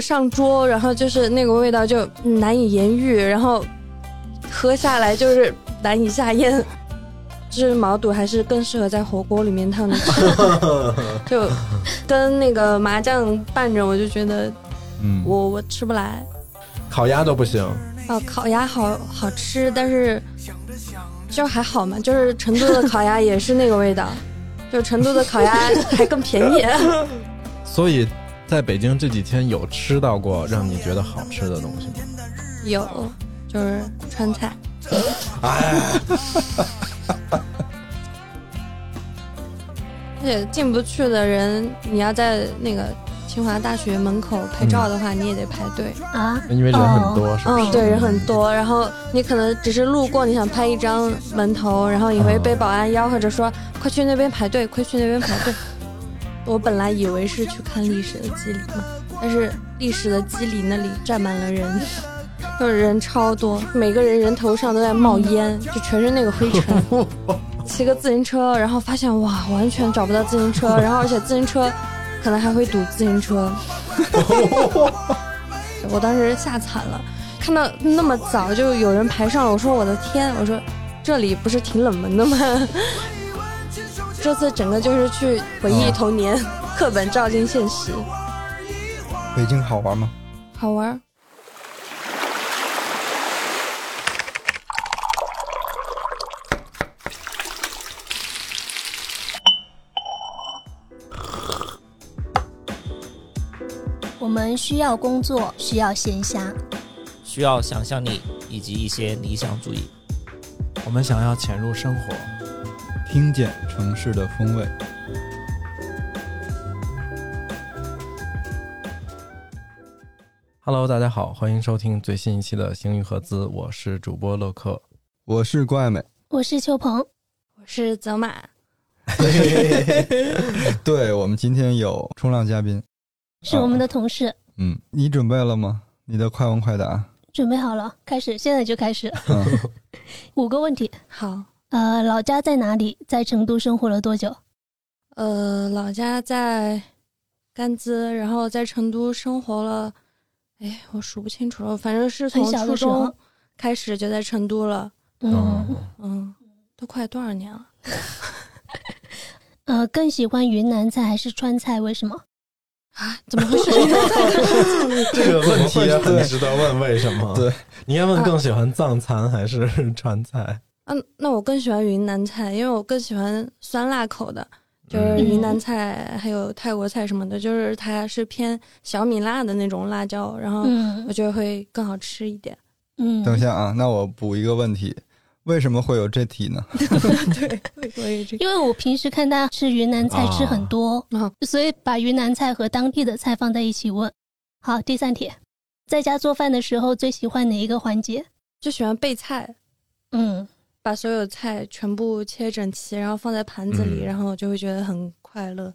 上桌，然后就是那个味道就难以言喻，然后喝下来就是难以下咽。 就是毛肚还是更适合在火锅里面烫着吃， 就跟那个麻酱拌着，我就觉得嗯，我我吃不来。烤鸭都不行，哦，烤鸭好好吃，但是就还好嘛，就是成都的烤鸭也是那个味道，就成都的烤鸭还更便宜。所以在北京这几天有吃到过让你觉得好吃的东西吗？有，就是川菜。 而且进不去的人，你要在那个清华大学门口拍照的话，你也得排队。啊，因为人很多，是不是？嗯，对，人很多，然后你可能只是路过，你想拍一张门头，然后你会被保安吆喝着说：“快去那边排队，快去那边排队。” 我本来以为是去看历史的基里嘛，但是历史的基里那里站满了人， 就是人超多，每个人人头上都在冒烟，就全是那个灰尘。哦骑个自行车，然后发现哇，完全找不到自行车，然后而且自行车可能还会堵自行车，我当时吓惨了。看到那么早就有人排上了，我说我的天，我说这里不是挺冷门的吗？ 这次整个就是去回嗯忆童年， 课本照进现实，北京好玩吗？好玩儿。我们需要工作，需要闲暇，需要想象力以及一些理想主义。我们想要潜入生活，听见城市的风味。 Hello，大家好，欢迎收听最新一期的《星语合资》，我是主播乐克。我是郭爱美，我是邱鹏，我是泽马，对我们今天有冲浪嘉宾，是我们的同事。嗯，你准备了吗？你的快问快答，准备好了，开始，现在就开始。 嗯， 五个问题，好，呃，老家在哪里？在成都生活了多久？呃，老家在甘孜，然后在成都生活了，哎，我数不清楚了，反正是从很小初的时候中开始就在成都了，嗯，哦嗯，都快多少年了？ 呃，更喜欢云南菜还是川菜？为什么？啊，怎么回 事？这个问题很对值得问，为什么？对，你应该问更喜欢藏餐还是川菜？嗯，那我更喜欢云南菜，因为我更喜欢酸辣口的， 就是嗯云南菜还有泰国菜什么的，就是它是偏小米辣的那种辣椒，然后我嗯觉得会更好吃一点。 嗯，哦等一下啊，那我补一个问题，为什么会有这题呢？对，我也这个。因为我平时看他吃云南菜吃很多，啊所以把云南菜和当地的菜放在一起问。好，第三题，在家做饭的时候最喜欢哪一个环节？就喜欢备菜，嗯，把所有菜全部切整齐，然后放在盘子里，嗯然后我就会觉得很快乐。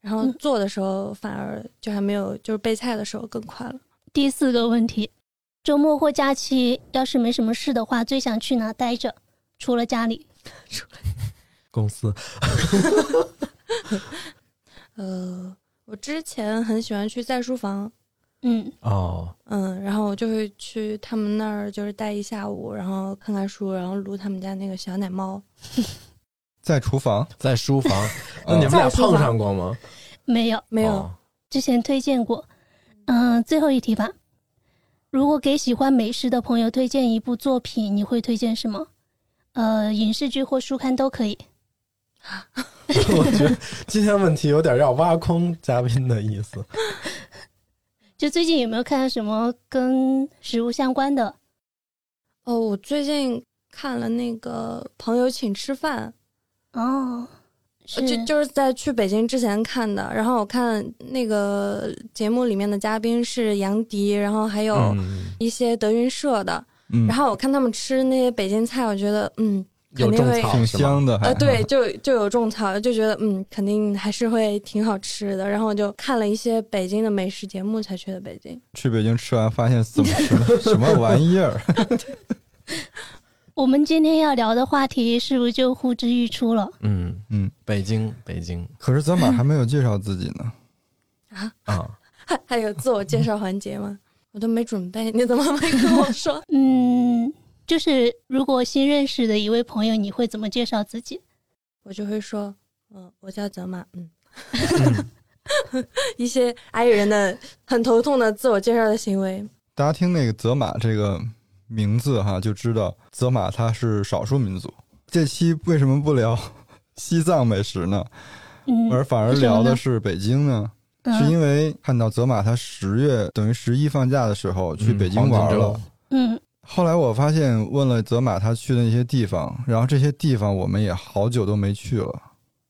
然后嗯做的时候反而就还没有，就是备菜的时候更快乐。第四个问题，周末或假期要是没什么事的话，最想去哪待着？除了家里，公司呃，我之前很喜欢去在书房，嗯哦，嗯，然后我就会去他们那儿，就是待一下午，然后看看书，然后撸他们家那个小奶猫。在厨房，在书 房。嗯那你们在俩书房碰上过吗？没有，没有，哦 之前推荐过。嗯、最后一题吧。如果给喜欢美食的朋友推荐一部作品，你会推荐什么？呃，影视剧或书刊都可以。我觉得今天问题有点要挖空嘉宾的意思。就最近有没有看到什么跟食物相关的？ 哦，我最近看了那个《朋友请吃饭哦，》，是呃就就是在去北京之前看的。然后我看那个节目里面的嘉宾是杨迪，然后还有嗯，一些德云社的。嗯然，后我看他们吃那些北京菜，我觉得嗯，有肯定种会草挺是吗？香的，还、呃，对，就就有种草，就觉得嗯，肯定还是会挺好吃的。然后我就看了一些北京的美食节目，才去的北京。去北京吃完发现怎么吃的什么玩意儿？ 我们今天要聊的话题，是不是就呼之欲出了？？嗯嗯，北京，北京可是咱俩还没有介绍自己呢，啊， 还有自我介绍环节吗？我都没准备，你怎么没跟我说嗯，就是如果新认识的一位朋友，你会怎么介绍自己？我就会说，嗯、我叫泽马，嗯，嗯 一些爱人的很头痛的自我介绍的行为，大家听那个泽马这个名字哈，就知道泽马他是少数民族。这期为什么不聊西藏美食呢？嗯，而反而为什么聊的呢是北京呢？是嗯因为看到泽马他十月等于十一放假的时候去北京玩了。嗯后来我发现问了泽马他去的那些地方，然后这些地方我们也好久都没去了。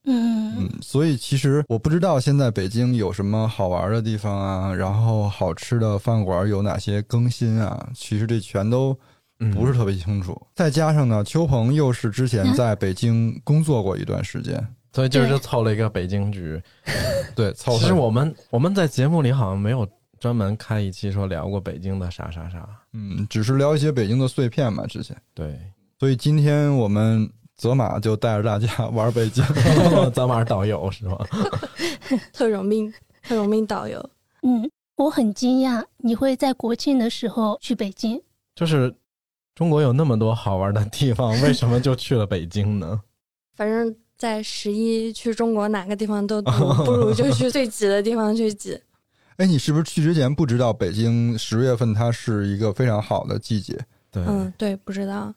嗯嗯，所以其实我不知道现在北京有什么好玩的地方啊，然后好吃的饭馆有哪些更新啊，其实这全都嗯不是特别清楚。再加上呢，邱鹏又是之前啊 在北京工作过一段时间，所以今儿就对凑了一个北京局。对，凑合其实我们我们在节目里好像没有专门开一期说聊过北京的啥啥啥。嗯，只是聊一些北京的碎片嘛，之前。对，所以今天我们泽马就带着大家玩北 京。 咱们是导游是吗？特种兵，特种兵导游，嗯，我很惊讶你会在国庆的时候去北京。就是中国有那么多好玩的地方，为什么就去了北京 呢？反正在十一去中国哪个地方 都堵，不如就去最挤的地方去挤。哎，你是不是去之前不知道北京十月份它是一个非常好的季节？对，嗯，对，不知道，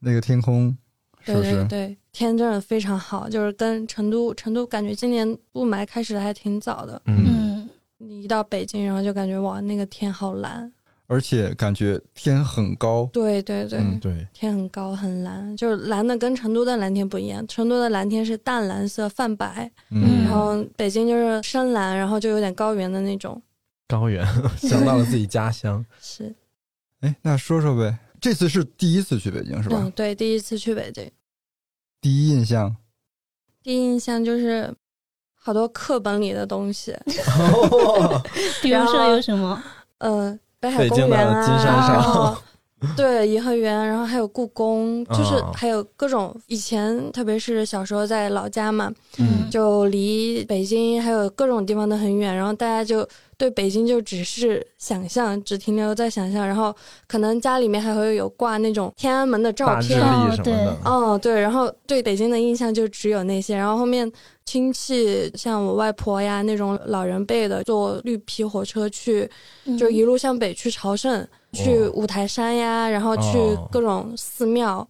那个天空是对不对是？对，天真的非常好，就是跟成都，成都感觉今年雾霾开始的还挺早的。嗯，嗯，你一到北京，然后就感觉哇，那个天好蓝。而且感觉天很高。对对对，嗯对，天很高很蓝，就是蓝的跟成都的蓝天不一样，成都的蓝天是淡蓝色泛白，嗯然后北京就是深蓝，然后就有点高原的那种。高原 想到了自己家乡，是，哎，那说说呗，这次是第一次去北京是吧？嗯，对，第一次去北京，第一印象，第一印象就是好多课本里的东西，比如说有什么？呃，北海公园啊，北京的金山上然后 对，颐和园，然后还有故宫，就是啊还有各种以前，特别是小时候在老家嘛，嗯就离北京还有各种地方都很远，然后大家就对北京就只是想象，只停留在想象，然后可能家里面还会有挂那种天安门的照大智片。力什么的哦，哦，对，然后对北京的印象就只有那些，然后后面亲戚像我外婆呀那种老人辈的，坐绿皮火车去，嗯就一路向北去朝圣，去五台山呀，然后去哦各种寺庙。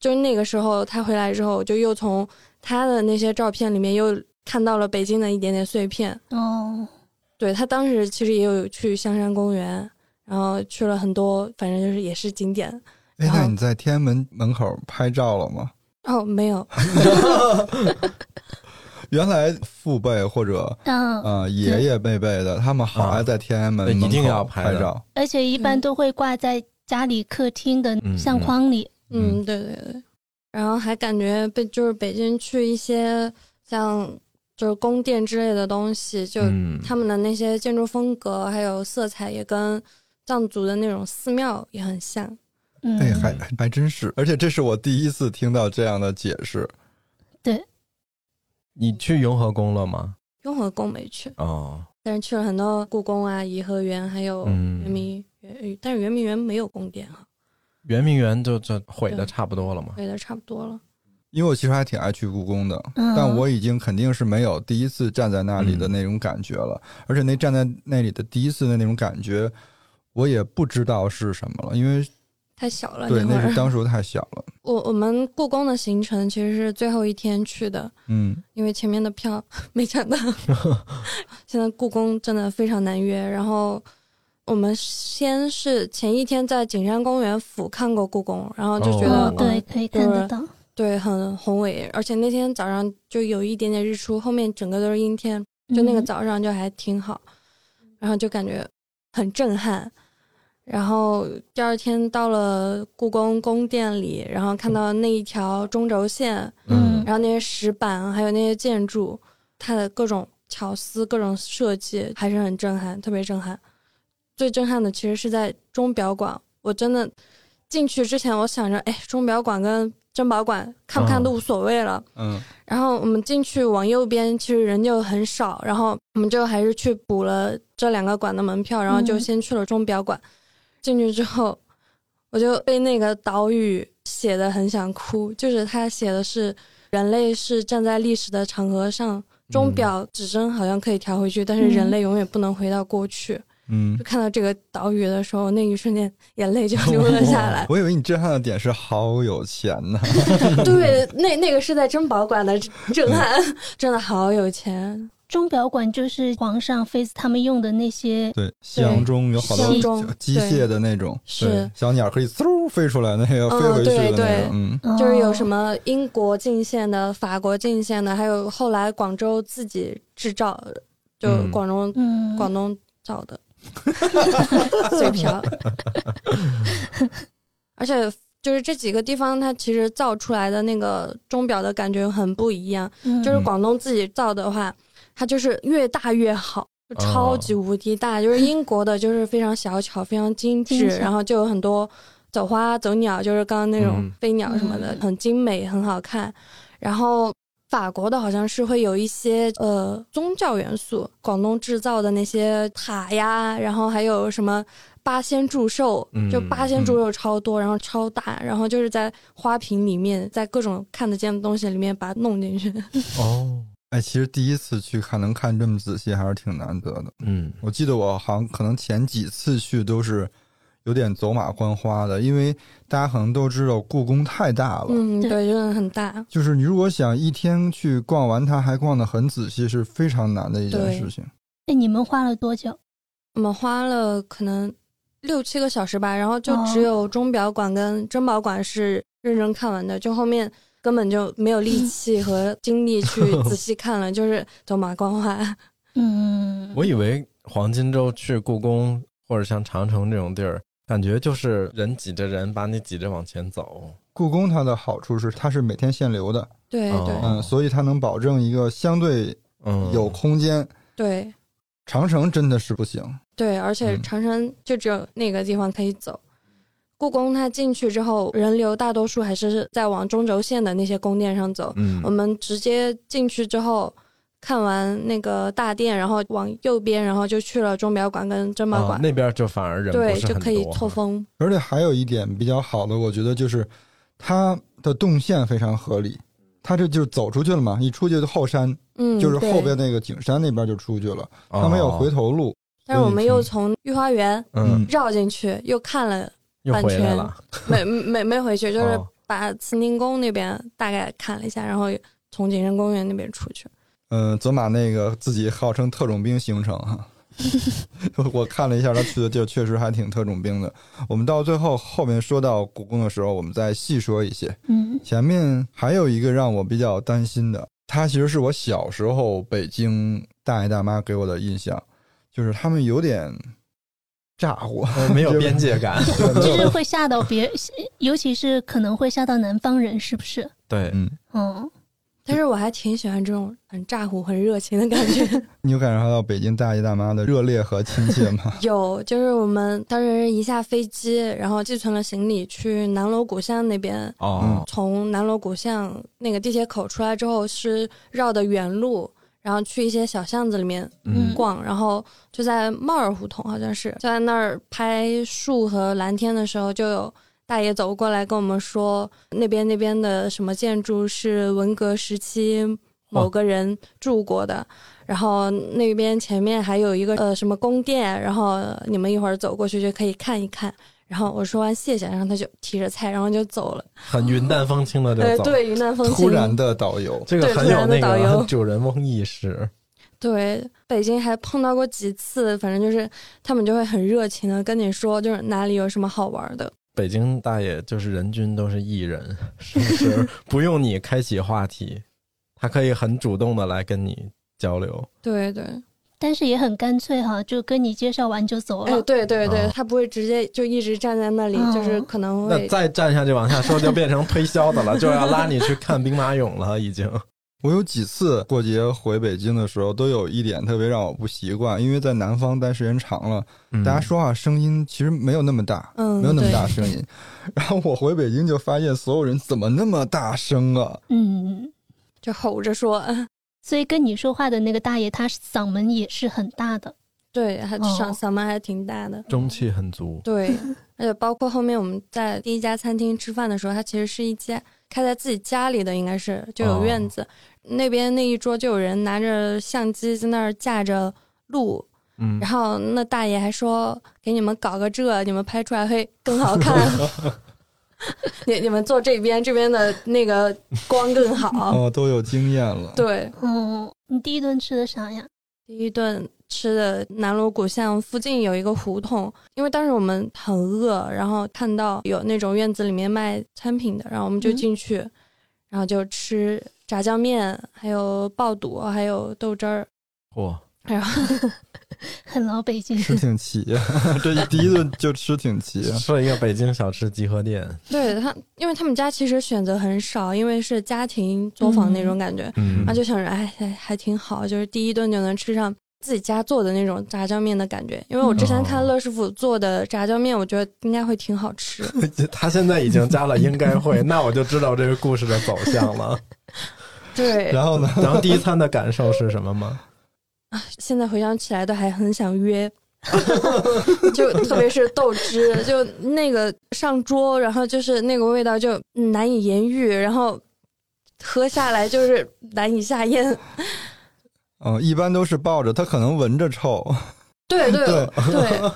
就是那个时候他回来之后，我就又从他的那些照片里面又看到了北京的一点点碎片。哦，对他当时其实也有去香山公园，然后去了很多，反正就是也是景点。哎，然后那你在天安门门口拍照了吗？哦，没有，原来父辈或者嗯，呃爷爷辈辈的，他们好爱在天安门对门口一定要拍拍的照。而且一般都会挂在家里客厅的嗯相框里。嗯，对对对，然后还感觉被就是北京去一些像就是宫殿之类的东西，就嗯，他们的那些建筑风格还有色彩也跟藏族的那种寺庙也很像。嗯，哎，还还真是，而且这是我第一次听到这样的解释。你去雍和宫了吗？雍和宫没去，哦，但是去了很多故宫啊、颐和园，还有嗯圆明园，呃但是圆明园没有宫殿哈，圆明园就这毁的差不多了嘛。对的差不多了。因为我其实还挺爱去故宫的，嗯但我已经肯定是没有第一次站在那里的那种感觉了，而且那站在那里的第一次的那种感觉，我也不知道是什么了，因为太小了，对，啊那会那儿是。当时太小了， 我我们故宫的行程其实是最后一天去的，嗯，因为前面的票没抢到。 现在故宫真的非常难约。然后我们先是前一天在景山公园俯瞰过故宫，然后就觉得、哦，哦对，可以看得到。对，很宏伟。而且那天早上就有一点点日出，后面整个都是阴天，就嗯那个早上就还挺好，然后就感觉很震撼。然后第二天到了故宫宫殿里，然后看到那一条中轴线，嗯然后那些石板啊还有那些建筑，它的各种巧思、各种设计还是很震撼，特别震撼。最震撼的其实是在钟表馆，我真的进去之前，我想着，哎，钟表馆跟珍宝馆，看不看都无所谓了。嗯然后我们进去往右边，其实人就很少。然后我们就还是去补了这两个馆的门票，然后就嗯先去了钟表馆。进去之后，我就被那个岛屿写的很想哭，就是他写的是人类是站在历史的长河上，钟表指针好像可以调回去，但是人类永远不能回到过去。嗯就，看到这个岛屿的时候，那一瞬间眼泪就流了下来。我以为你震撼的点是好有钱呢， 对，那那个是在珍宝馆的震撼， 真的好有钱。钟表馆就是皇上妃子他们用的那些，对，箱中有好多箱中机械的那种，是对小鸟可以嗖飞出来，那个嗯飞回去的对那个，嗯嗯就是有什么英国进献的、法国进献的，还有后来广州自己制造，就嗯广东、嗯，广东造的嘴瓢，而且。就是这几个地方，它其实造出来的那个钟表的感觉很不一样。嗯就是广东自己造的话，它就是越大越好，就哦超级无敌大。就是英国的，就是非常小巧，非常精致，精致然后就有很多走花、走鸟，就是刚刚那种嗯飞鸟什么的，嗯很精美，很好看。然后法国的好像是会有一些呃宗教元素，广东制造的那些塔呀，然后还有什么。八仙祝寿，嗯就八仙祝寿超多，然后超大，然后就是在花瓶里面，在各种看得见的东西里面把它弄进去。哦，哎，其实第一次去看能看这么仔细，还是挺难得的。嗯我记得我好像可能前几次去都是有点走马观花的，因为大家可能都知道故宫太大了，嗯，对对，真的很大。就是你如果想一天去逛完它，还逛得很仔细，是非常难的一件对事情。哎，你们花了多久？我们花了可能六七个小时吧，然后就哦只有钟表馆跟珍宝馆是认真看完的，就后面根本就没有力气和精力去仔细看了，就是走马观花。嗯，我以为黄金周去故宫或者像长城这种地儿，感觉就是人挤着人，把你挤着往前走。故宫它的好处是它是每天限流的，对对、哦嗯，所以它能保证一个相对嗯，有空间。对长城真的是不行，对，而且嗯长城就只有那个地方可以走。故宫它进去之后，人流大多数还是在往中轴线的那些宫殿上走，嗯我们直接进去之后，看完那个大殿，然后往右边，然后就去了钟表馆跟珍宝啊馆，那边就反而人对，不是就很多，可以透风。而且还有一点比较好的，我觉得就是它的动线非常合理。它这就走出去了嘛，一出去就后山，嗯，就是对后边。那个景山那边就出去了，哦，它没有回头路。但是我们又从御花园嗯，绕进去，又看了，嗯又半回来圈了。没 没没回去，就是哦把慈宁宫那边大概看了一下，然后从景深公园那边出去。嗯，泽马那个自己号称特种兵行程哈， 我看了一下他去的地儿，确实还挺特种兵的。我们到最后后面说到故宫的时候，我们再细说一些。嗯前面还有一个让我比较担心的，它其实是我小时候北京大爷大妈给我的印象，就是他们有点咋 呼，嗯没有边界感。就是会吓到别，尤其是可能会吓到南方人，是不是？对， 嗯，嗯，但是我还挺喜欢这种很咋呼、很热情的感觉。 你有感受到北京大爷大妈的热烈和亲切吗？有，就是我们当时一下飞机，然后寄存了行李去南锣鼓巷那边。嗯哦，从南锣鼓巷那个地铁口出来之后，是绕的原路，然后去一些小巷子里面嗯逛，然后就在帽儿胡同，好像是就在那儿拍树和蓝天的时候，就有大爷走过来跟我们说，那边那边的什么建筑是文革时期某个人住过的，然后那边前面还有一个呃什么宫殿，然后你们一会儿走过去就可以看一看。然后我说完谢谢，然后他就提着菜，然后就走了。很云淡风轻的呃就，走。对，云南风情。突然的导游，这个对很突有然的那导游个主人翁意识。对，北京还碰到过几次，反正就是他们就会很热情的跟你说，就是哪里有什么好玩的。北京大爷就是人均都是艺人，是不是？ 不用你开启话题，他可以很主动的来跟你交流。对对，但是也很干脆哈，就跟你介绍完就走哎了，。对对对，啊哦他不会直接就一直站在那里，哦就是可能那会 再站下去往下说，就变成推销的了，就要拉你去看兵马俑了，已经。我有几次过节回北京的时候，都有一点特别让我不习惯，因为在南方待时间长了，嗯大家说话声音其实没有那么大，嗯没有那么对大声音。 然后我回北京就发现，所有人怎么那么大声啊？嗯，就吼着说， 所以跟你说话的那个大爷，他嗓门也是很大的。对，还嗓哦嗓门还挺大 的，中气很足，对，而且包括后面我们在第一家餐厅吃饭的时候，它其实是一家开在自己家里的，应该是就有哦院子，那边那一桌就有人拿着相机在那儿架着录，嗯然，后那大爷还说给你们搞个这，你们拍出来会更好看。 你你们坐这边，这边的那个光更好。哦，都有经验了。对，嗯，你第一顿吃的啥呀？第一顿吃的南锣鼓巷附近有一个胡同，因为当时我们很饿，然后看到有那种院子里面卖餐品的，然后我们就嗯进去，然后就吃炸酱面，还有爆肚，还有豆汁儿，嚯，然后很老北京。吃挺齐， 这第一顿就吃 挺齐。设一个北京小吃集合店，对他，因为他们家其实选择很少，因为是家庭作坊那种感觉，嗯然后就想着，哎，还还挺好，就是第一顿就能吃上自己家做的那种炸酱面的感觉。因为我之前看哦乐师傅做的炸酱面，我觉得应该会挺好吃。 他现在已经加了应该 会，那我就知道这个故事的走向了。对，然后呢，然后第一餐的感受是什么吗？啊现在回想起来都还很想约， 就特别是豆汁，就那个上桌，然后就是那个味道就难以言喻，然后喝下来就是难以下咽。嗯，一般都是抱着，他可能闻着臭，对对对 对，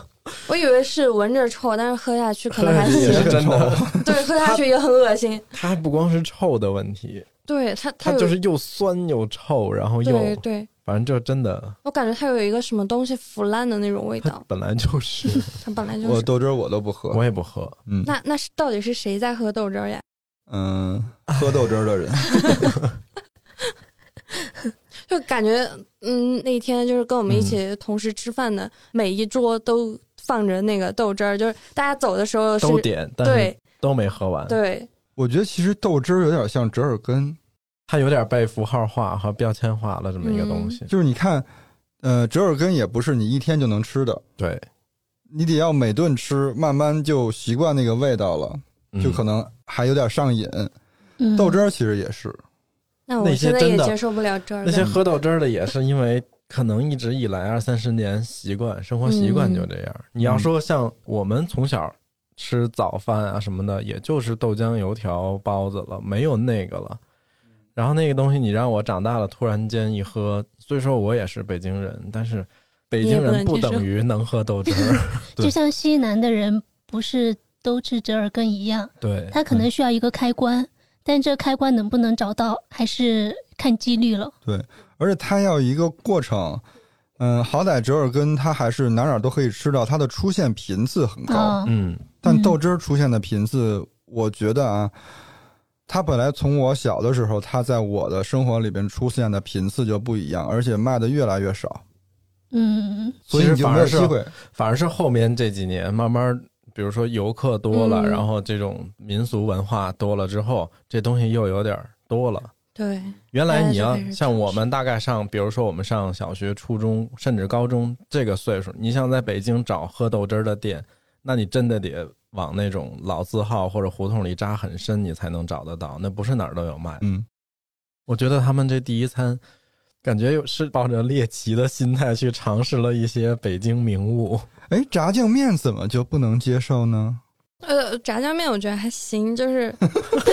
我以为是闻着臭，但是喝下去可能还喝下去也行是。真的臭。对， 喝下去也很恶心。它不光是臭的问题，对它，它有就是又酸又臭，然后又对对，反正就真的，我感觉它有一个什么东西腐烂的那种味它道，本来就是，它本来就我是。豆汁儿我都不喝。我也不喝。嗯那那是到底是谁在喝豆汁儿呀？嗯，喝豆汁儿的人， 就感觉嗯，那天就是跟我们一嗯起同时吃饭的，每一桌都放着那个豆汁儿，就是大家走的时候是都点，但是对都没喝完。对我觉得其实豆汁儿有点像折耳根，它有点被符号化和标签化了这么一个东嗯西。就是你看，呃，折耳根也不是你一天就能吃的，对，你得要每顿吃，慢慢就习惯那个味道了，嗯就可能还有点上瘾。嗯，豆汁儿其实也是，那我那些现在也真的接受不了这儿那些的。喝豆汁儿的也是因为可能一直以来二三十年习惯生活习惯就这样。嗯你要说像我们从小吃早饭啊什么的，也就是豆浆、油条、包子了，没有那个了。然后那个东西你让我长大了突然间一喝，虽说我也是北京人，但是北京你也人不不能接受等于能喝豆汁儿。就像西南的人不是都吃折耳根一样， 对，他嗯可能需要一个开关，但这开关能不能找到，还是看几率了。而且它要一个过程。嗯，好歹折耳根它还是哪哪都可以吃到，它的出现频次很高。啊、嗯但嗯豆汁儿出现的频次，我觉得啊，它本来从我小的时候，它在我的生活里边出现的频次就不一样，而且卖的越来越少，嗯，所以其实你就反没而有是机会。反而是后面这几年慢慢，比如说游客多了，嗯然后这种民俗文化多了之后，这东西又有点儿多了。对，原来你大家要就开始像我们大概上，比如说我们上小学、初中甚至高中这个岁数，你想在北京找喝豆汁儿的店，那你真的得往那种老字号或者胡同里扎很深，你才能找得到，那不是哪儿都有卖。嗯，我觉得他们这第一餐，感觉有是抱着猎奇的心态去尝试了一些北京名物。哎，炸酱面怎么就不能接受呢？呃，炸酱面我觉得还行，就是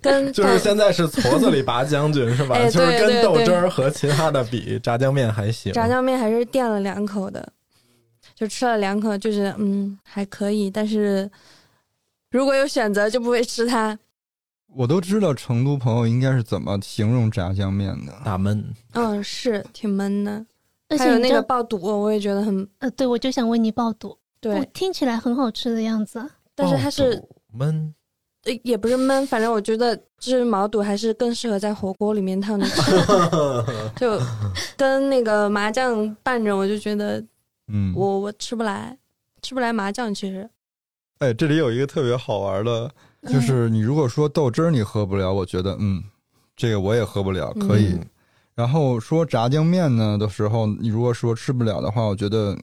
跟就是现在是矬子里拔将军是吧？哎对就是跟对豆对汁儿和其他的比，炸酱面还行。炸酱面还是垫了两口的，就吃了两口，就觉得嗯还可以，但是如果有选择就不会吃它。我都知道成都朋友应该是怎么形容炸酱面的。大焖，嗯，是挺闷的，而还且有你那知个道，爆肚，我也觉得很呃，对我就想问你爆肚，我对，听起来很好吃的样子。但是它是爆肚焖，呃也不是闷，反正我觉得就是毛肚还是更适合在火锅里面烫着 吃，就跟那个麻酱拌着，我就觉得嗯，我我吃不来，吃不来麻酱其实。哎，这里有一个特别好玩的，就是你如果说豆汁儿你喝不了，我觉得嗯，这个我也喝不了，可以。嗯然后说炸酱面呢的时候，你如果说吃不了的话，我觉得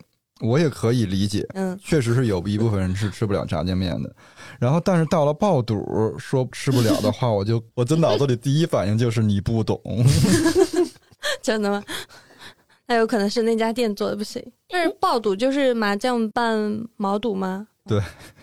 我也可以理解，嗯，确实是有一部分人是吃不了炸酱面的。然后，但是到了爆肚说吃不了的话，我就我这脑子里第一反应就是你不懂，真的吗？ 那有可能是那家店做的不行。但是爆肚就是麻酱拌毛肚吗？对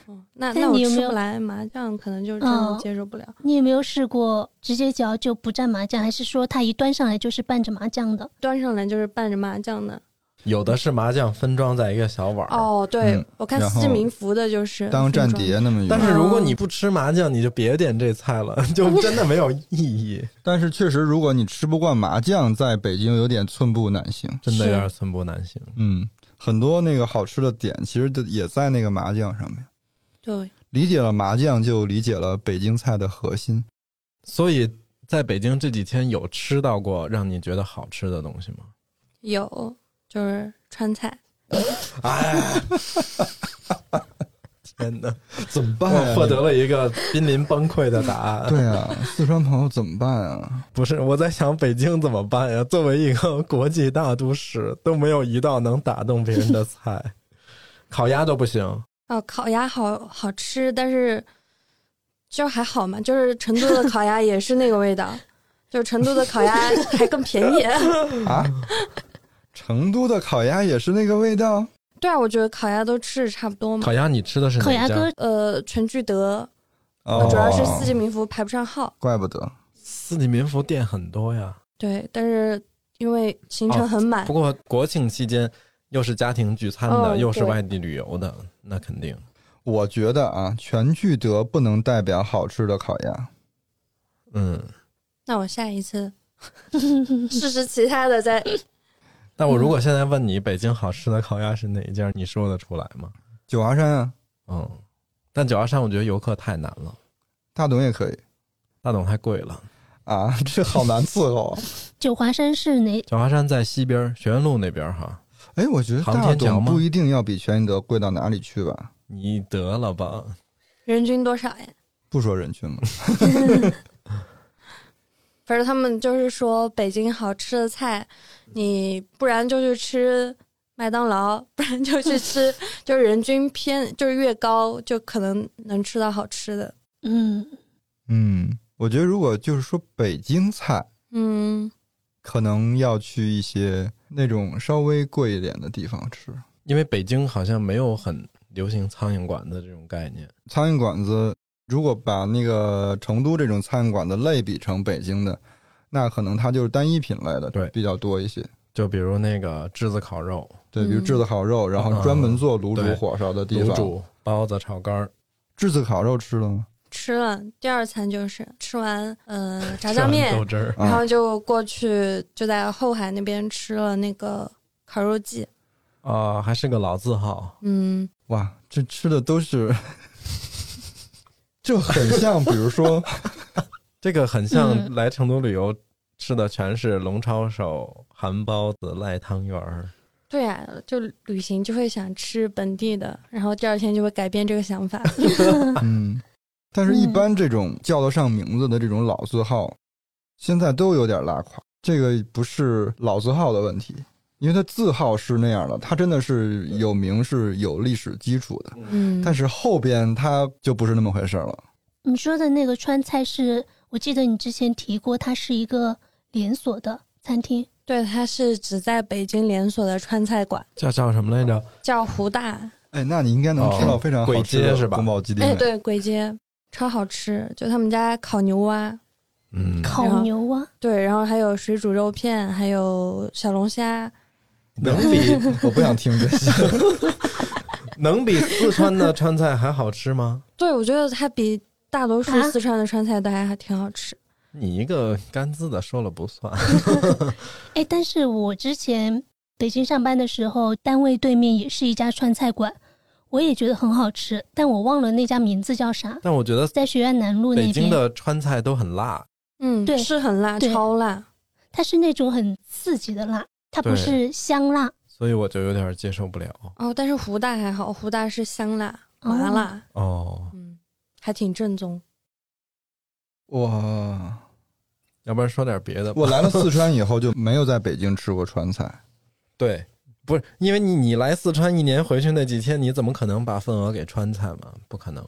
哦。那但那我你有没吃有不来麻酱，可能就真的哦接受不了。你有没有试过直接嚼就不蘸麻酱，还是说它一端上来就是拌着麻酱的？端上来就是拌着麻酱的。有的是麻酱分装在一个小碗儿，哦，对，嗯我看然后西民福的就是当分蘸装碟那么用。但是如果你不吃麻酱，你就别点这菜了， 就真的没有意义，但是确实，如果你吃不惯麻酱，在北京有点寸步难行。 真的有点寸步难行。嗯，很多那个好吃的点，其实就也在那个麻酱上面。对，理解了麻酱，就理解了北京菜的核心。所以在北京这几天有吃到过让你觉得好吃的东西吗？有就是川菜，哎，天哪！怎么办、啊 我获得了一个濒临崩溃的答案。对 啊，四川朋友怎么办啊？不是，我在想北京怎么办呀？ 作为一个国际大都市，都没有一道能打动别人的菜，烤鸭都不行。哦，烤鸭好好吃，但是就还好嘛，就是成 都的烤鸭也是那个味道，就是成都的烤鸭还更便宜。 啊，成都的烤鸭也是那个味道。对啊，我觉得烤鸭都吃的差不多嘛烤。鸭你吃的是哪烤鸭家哥？呃，全聚德，哦，啊主要是四季民福排不上号。怪不得。四季民福店很多呀，对，但是因为行程哦很满不，过国庆期间又是家庭聚餐的，哦又是对外地旅游的，那肯定。我觉得啊，全聚德不能代表好吃的烤鸭。嗯，那我下一次 试试其他的再那我如果现在问你北京好吃的烤鸭是哪一家，你说得出来吗？九华山啊，嗯，但九华山我觉得游客太难了，大董也可以大董太贵了。啊，这好难伺候啊。九华山是哪？九华山在西边儿学院路那边儿哈，哎，我觉得航大天桥董吗不一定要比全聚德贵到哪里去吧？你得了吧。人均多少呀？不说人 群了，反正他们就是说北京好吃的菜，你不然就去吃麦当劳， 不然就去吃， 就是人均偏就是越高，就可能能吃到好吃的。 嗯，嗯，我觉得如果就是说北京菜，嗯，可能要去一些那种稍微贵一点的地方吃。因为北京好像没有很流行苍蝇馆子这种概念。苍蝇馆子，如果把那个成都这种苍蝇馆子类比成北京的，那可能它就是单一品类的，对比较多一些。就比如那个炙子烤肉、对，比如嗯炙子烤肉，然后专门做卤煮啊对火烧的地卤方。煮、包子、炒肝儿，炙子烤肉吃了吗？啊吃了第二餐就是吃完呃炸酱面吃完，豆汁儿。然啊，后就过去就在后海那边吃了那个烤肉季。啊、还是个老字号。嗯，哇，这吃的都是，就很像，比如说 这个很像嗯来成都旅游吃的全是龙抄手、韩包子、赖汤圆儿。对呀、就旅行就会想吃本地的，然后第二天就会改变这个想 法。嗯，但是，一嗯般这种叫得上名字的这种老字号，现在都有点拉垮。这个不是老字号的问题，因为它字号是那样的，它真的是有名，是有历史基础的。嗯，但是后边它就不是那么回事儿了。你说的那个川菜是，我记得你之前提过，它是一个连锁的餐厅。对，它是只在北京连锁的川菜馆，叫叫什么来着？叫胡大。哎，那你应该能吃到哦非常好吃簋的街是吧宫保鸡丁哎，了。对，簋街超好吃，就他们家烤牛蛙，啊嗯，烤牛啊蛙，对，然后还有水煮肉片，还有小龙虾。能比我不想听这 些。能比四川的川菜还好吃吗？对，我觉得它比大多数啊四川的川菜都还还挺好吃。你一个干滋的说了不算。哎，但是我之前北京上班的时候，单位对面也是一家川菜馆，我也觉得很好吃，但我忘了那家名字叫啥，但我觉得在学院南路北那京边，的川菜都很辣，嗯，对是很辣，对超辣。它是那种很刺激的辣，它不对是香辣，所以我就有点接受不了。哦，但是胡大还好，胡大是香辣、哦麻辣，哦，嗯，还挺正宗。哇，要不然说点别的吧。我来了四川以后就没有在北京吃过川菜， 对，不是因为你你来四川一年回去那几天，你怎么可能把份额给川菜嘛？不可能。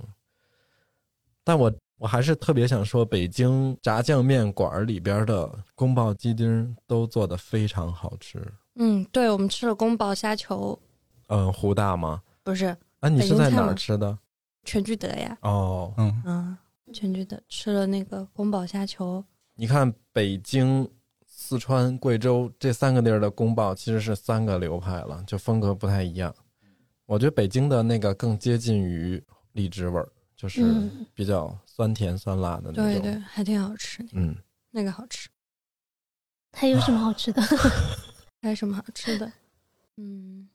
但我我还是特别想说，北京炸酱面馆儿里边的宫保鸡丁都做的非常好吃。嗯，对，我们吃了宫保虾球，嗯，湖大吗？不是啊，你北是京在菜哪吗儿吃的？全聚德呀，哦，嗯，嗯，全聚德吃了那个宫保虾球，你看北京、四川、贵州这三个地儿的宫保其实是三个流派了，就风格不太一样。我觉得北京的那个更接近于荔枝味儿，就是嗯比较酸甜酸辣的那种。对对，还挺好吃，那个嗯，那个好吃。还有什么好吃的？ 还有什么好吃的？嗯，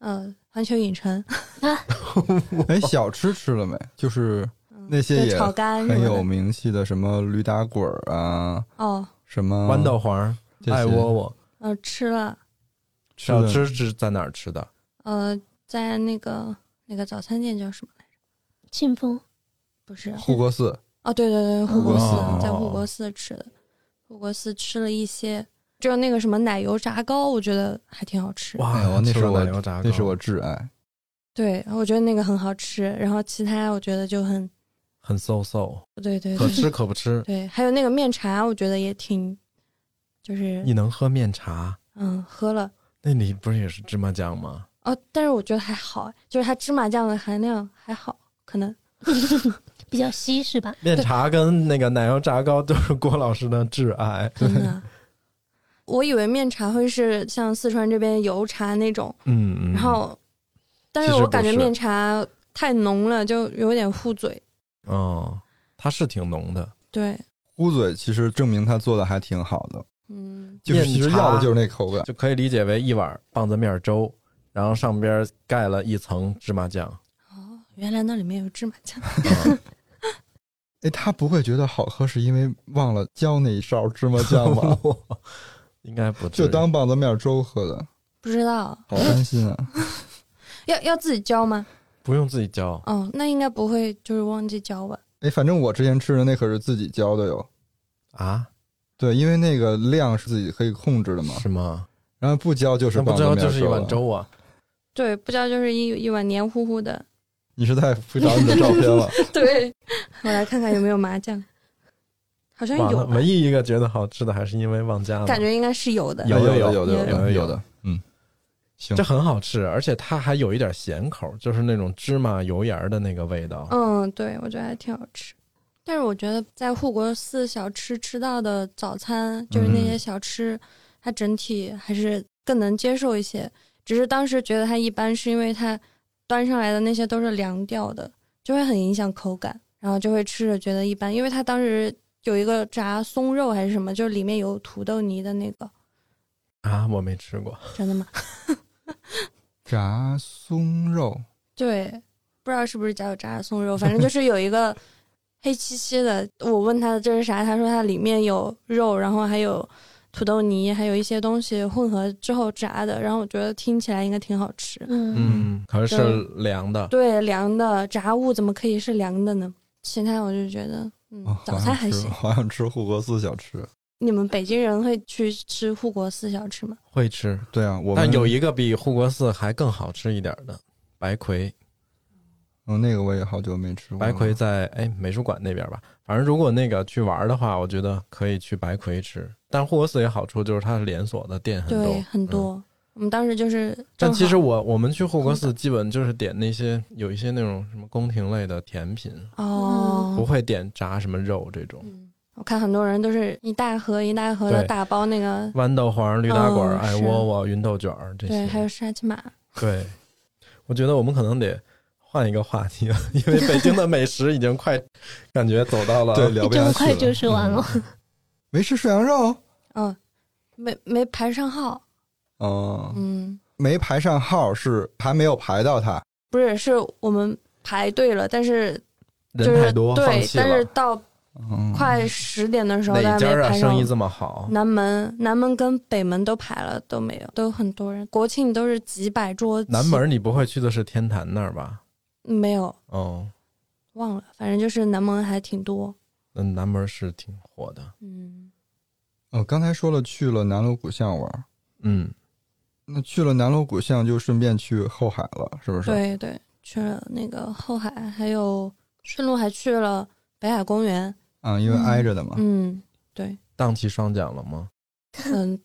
呃，环球影城， 哎，小吃吃了没？就是嗯那些就也炒干什很有么的。名气的什么驴打滚儿啊，哦，什么豌豆哎黄、这些艾窝窝，呃，吃了，吃小的吃是在哪儿吃的？呃，在那个那个早餐店叫什么？庆丰不是，护国寺，哦，对对对，护国寺，哦在护国寺吃的，护国寺吃了一些，只有那个什么奶油炸糕，我觉得还挺好吃。哇哎呦那吃是了我奶油炸糕，那是我挚爱。对，我觉得那个很好吃，然后其他我觉得就很，很 so so，对对可对。吃可不吃对，还有那个面茶，我觉得也挺，就是 你能喝面茶？嗯，喝了。那里不是也是芝麻酱吗？哦，但是我觉得还好，就是它芝麻酱的含量还好，可能比较稀是吧？面茶跟那个奶油炸糕都是郭老师的挚爱。真的。嗯啊 我以为面茶会是像四川这边油茶那种，嗯，嗯然后，但是其实我不感觉是面茶太浓了，就有点糊嘴。哦，它是挺浓的。对，乌嘴其实证明他做的还挺好的，嗯，就是面其实茶要的就是那口感。就可以理解为一碗棒子面粥，然后上边盖了一层芝麻酱。 哦，原来那里面有芝麻酱。哎，他不会觉得好喝是因为忘了浇那一勺芝麻酱吧？ 应该不至于就当棒子面粥喝的， 不知道好担心啊！要要自己浇吗？不用自己浇。哦，那应该不会，就是忘记浇吧。哎，反正我之前吃的那可是自己浇的哟。啊？对，因为那个量是自己可以控制的嘛。是吗？然后不浇就是那不棒知子道面就是一粥碗了。粥啊。对，不浇就是一一碗黏糊糊的。你是在去找你的照片了？ 对， 我来看看有没有麻酱，好像完了，有吧，唯一一个觉得好吃的还是因为忘加了，感觉应该是有的。有的，有有的，有有的，有有的。嗯，行这，很好吃，而且它还有一点咸口，就是那种芝麻油盐儿的那个味道。嗯，对，我觉得还挺好吃。但是我觉得在护国寺小吃吃到的早餐，就是那些嗯小吃，它整体还是更能接受一些。只是当时觉得它一般，是因为它端上来的那些都是凉掉的，就会很影响口感，然后就会吃着觉得一般。因为它当时有一个炸松肉还是什么，就是里面有土豆泥的那个，啊，我没吃过。真的吗？ 炸松肉，对，不知道是不是叫炸松肉，反正就是有一个黑漆漆的。我问他这是啥，他说它里面有肉，然后还有土豆泥，还有一些东西混合之后炸的。然后我觉得听起来应该挺好吃。嗯，嗯，可是是凉的。对，凉的炸物怎么可以是凉的呢？其他我就觉得，嗯，哦早餐还行。好想吃护国寺小吃。你们北京人会去吃护国寺小吃吗？会吃，对啊，我但们有一个比护国寺还更好吃一点的白葵，嗯，那个我也好久没吃过了。白葵在哎美术馆那边吧。反正如果那个去玩的话，我觉得可以去白葵吃。但护国寺有好处就是它是连锁的店很对，多，嗯很多。我们当时就是正但好，其实我我们去护国寺基本就是点那些有一些那种什么宫廷类的甜品，哦，嗯不会点炸什么肉这种。嗯，我看很多人都是一大盒一大盒的对嗯打包那个，豌豆黄、驴打滚、嗯艾是窝窝、芸豆卷儿这对，还些。有沙琪玛。对，我觉得我们可能得换一个话题了，因为北京的美食已经快感觉走到了对聊一不下这么去快了就说完了，嗯没吃涮羊肉，嗯，没没排上号，嗯，嗯，没排上号是还没有排到它。不是，是我们排队了，但是就人是太多，放对，弃但是了。到嗯，快十点的时候，哪大家家没啊排上生意。这么好？南门、南门跟北门都排了，都没有，都很多人。国庆都是几百桌。南门你不会去的是天坛那儿吧？没有，哦，忘了，反正就是南门还挺多。嗯，南门是挺火的。嗯，呃，刚才说了去了南锣鼓巷玩，嗯，那去了南锣鼓巷就顺便去后海了，是不是？对对，去了那个后海，还有顺路还去了北海公园。啊，因为嗯挨着的嘛。嗯荡起双桨了吗？嗯，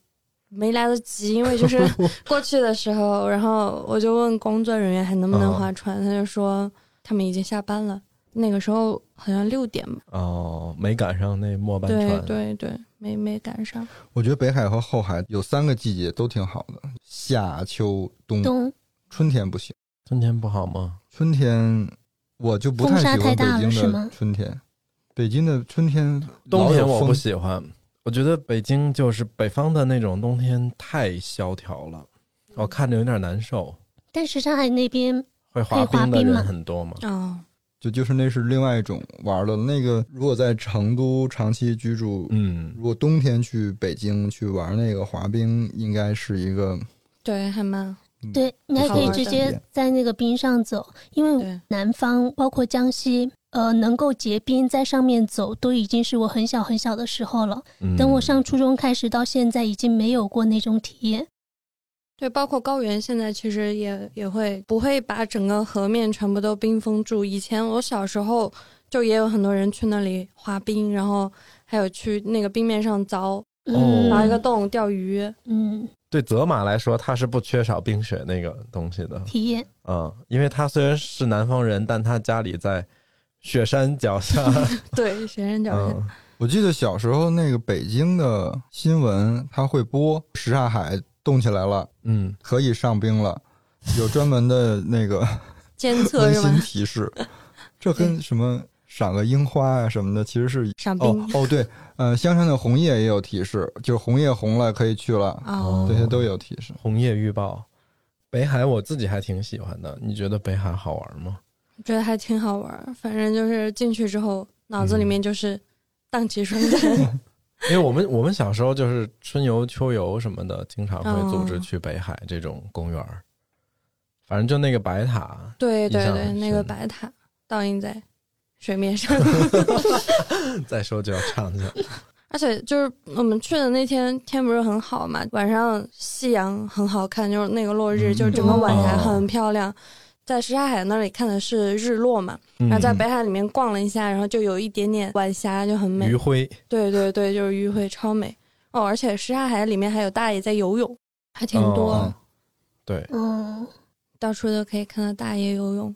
没来得及，因为就是 过去的时候，然后我就问工作人员还能不能嗯划船，他就说他们已经下班了。那个时候好像六点吧，哦，没赶上那末班对船。对对，没没赶上。我觉得北海和后海有三个季节都挺好的，夏、秋、嗯冬。冬春天不行，春天不好吗？春天我就不风沙太喜太欢大了北是京吗的春天。北京的春天，冬天我不行。喜欢，我觉得北京就是北方的那种冬天太萧条了，我看着有点难受。但是上海那边会滑会滑冰的冰人吗很多吗？哦，就就是那是另外一种玩儿的那个。如果在成都长期居住，嗯，如果冬天去北京去玩那个滑冰，应该是一个对，还蛮对你还可以好玩直的接在那个冰上走，因嗯为对，南方包括江西，呃，能够结冰在上面走，都已经是我很小很小的时候了。嗯等我上初中开始到现在，已经没有过那种体验。对，包括高原现在其实也也会不会把整个河面全部都冰封住。以前我小时候就也有很多人去那里滑冰，然后还有去那个冰面上凿哦嗯，凿一个洞钓鱼。嗯，对泽马来说，他是不缺少冰雪那个东西的。体验嗯，因为他虽然是南方人，但他家里在雪山脚 下。对，学生角色。嗯，我记得小时候那个北京的新闻，它会播什刹海冻起来了，嗯，可以上冰了，有专门的 那个监测温是馨吗？提示。这跟什么赏个樱花啊什么的，其实是 赏冰哦哦对，呃，香山的红叶也有提示，就是红叶红了可以去了，哦，这些都有提示。红叶预报。北海我自己还挺喜欢的，你觉得北海好玩吗？我觉得还挺好玩儿。反正就是进去之后，脑子里嗯面就是荡起双桨。 因为我们 我们小时候就是春游、秋游什么的，经常会组织哦去北海这种公园儿。反正就那个白塔， 对对印象对，很那个深白塔倒映在水面上， 再说就要唱去了。而且就是我们去的那天天不是很好嘛，晚上夕阳很好看，就是那个落日，嗯就是整个晚霞哦很漂亮。在什刹海那里看的是日落嘛，嗯然后在北海里面逛了一下，然后就有一点点晚霞，就很美余。晖，对对对，就是鱼会超美哦，而且什刹海里面还有大爷在游泳，还挺多，哦对。嗯，到处都可以看到大爷游泳。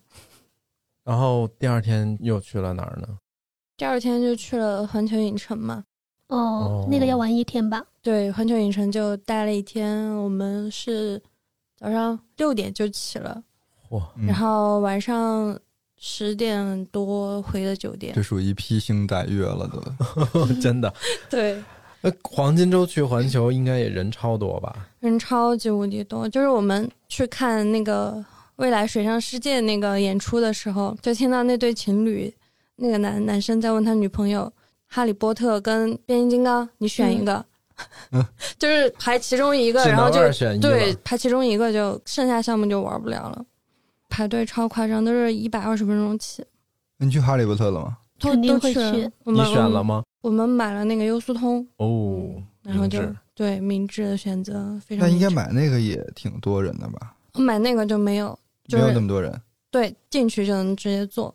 然后第二天又去了哪儿呢？ 第二天就去了环球影城嘛，哦哦，那个要玩一天吧？对，环球影城就待了一天，我们是早上六点就起了，哇，嗯然后晚上十点多回的酒店这。属于一披星戴月了都。真的，对，那黄金周去环球应该也人超多吧？人超级无敌多，就是我们去看那个未来水上世界那个演出的时候，就听到那对情侣，那个男男生在问他女朋友哈利波特跟变形金刚，你选一个，嗯 就是排其中一个， 只然能后就二选一了对排其中一个就剩下项目就玩不了了，排队超夸张，都是一百二十分钟起，你去哈利波特了吗？都肯定都会去了去。我你们选了？吗？我们我们买了那个优速通，哦，然后明就智对明智的选择非常那明应智。该买那个也挺多人的吧？我买那个就没有。就没有是那么多人。对，进去就能直接坐。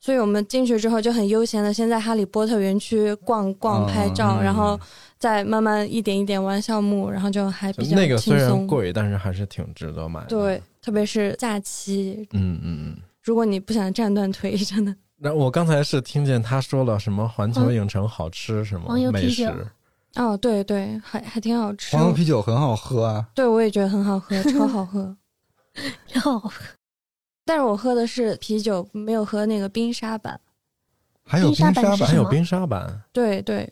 所以我们进去之后就很悠闲的先在哈利波特园区逛逛、哦拍照，嗯然后再慢慢一点一点玩项目，然后就还比较那个虽轻然松。贵，但是还是挺值得买的。对，，特别是假期，嗯嗯嗯。如果你不想站断腿， 真的那我刚才是听见他说了什么环球嗯影城好吃什么黄油美啤食酒，哦，对对，还还挺好吃。黄油啤酒很好喝啊，对，我也觉得很好喝，超好喝。 然后但是我喝的是啤酒，没有喝那个冰沙版。还有冰沙冰沙版是吧还？有吗冰沙版，对对，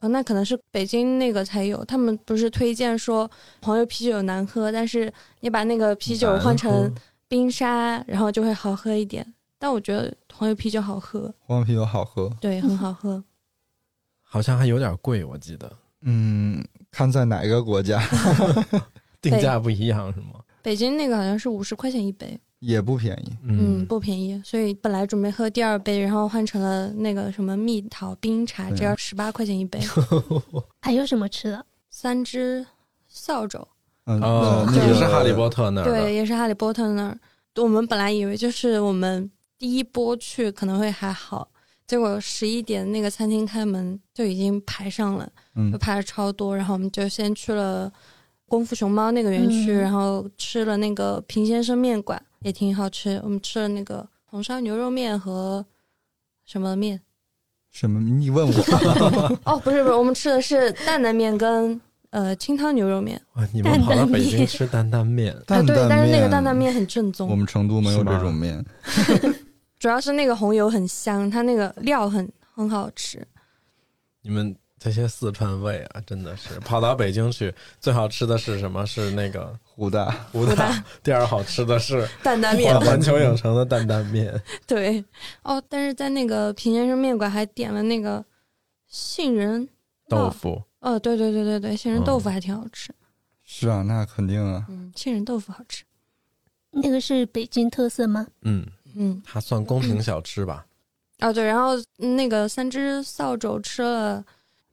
呃，那可能是北京那个才有。他们不是推荐说黄油啤酒难喝，但是你把那个啤酒换成冰沙，然后就会好喝一点。但我觉得黄油啤酒好喝，黄油啤酒好喝。对，很好喝。好像还有点贵，我记得嗯，看在哪个国家？定价不一样是吗？北京那个好像是五十块钱一杯，也不便 宜。嗯，不便宜，所以本来准备喝第二杯，然后换成了那个什么蜜桃冰茶，只要十八块钱一杯，还有什么吃的？三只扫帚，嗯，哦，那也个是哈利波特那儿的对，，也是哈利波特那儿。我们本来以为就是我们第一波去可能会还好，结果十一点那个餐厅开门就已经排上了，就嗯，排了超多。然后我们就先去了功夫熊猫那个园区，嗯然后吃了那个平先生面馆，也挺好吃。我们吃了那个红烧牛肉面和什么面？什么？你问我？ 哦，不是不是，我们吃的是担担面跟呃清汤牛肉面。哇你们跑到北京吃担担面，啊，担对，担但是那个面担担面很正我宗，们成都没有是吗这种面。主要是那个红油很香，它那个料很很好吃。你们这些四川胃啊，真的是跑到北京去，最好吃的是什么？是那个胡大，胡大，第二好吃的是担担面，环球影城的担担面。 对，哦，但是在那个平先生面馆还点了那个杏仁豆酪，腐，哦，对对对对对，杏仁豆腐还挺好吃，是啊，那肯定 啊。嗯，杏仁豆腐好吃，那个是北京特色吗？嗯，嗯，它算宫廷小吃吧？哦对，然后那个三只扫帚吃了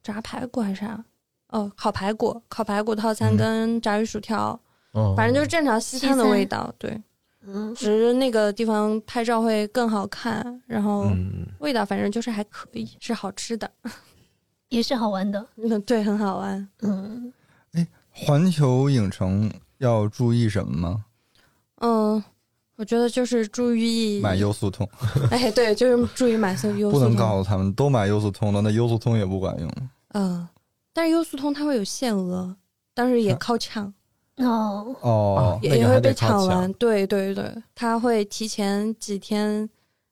炸排骨还是啥？哦，烤排骨，烤排骨套餐嗯跟炸鱼薯条，哦反正就是正常西西餐的餐味道，对。嗯只是那个地方拍照会更好看，然后嗯，味道反正就是还可以，是好吃 的。也是好玩的。嗯，对，很好玩。嗯，环球影城要注意什么吗？嗯，我觉得就是注意买优速通， 哎，对，就是注意买嗯优优不速能通。告诉他们都买优速通了，那优速通也不管用。嗯，但是优速通它会有限额，但是也靠 抢，哦，哦，也那也个会还得被靠抢完抢。对对对，它会提前几天，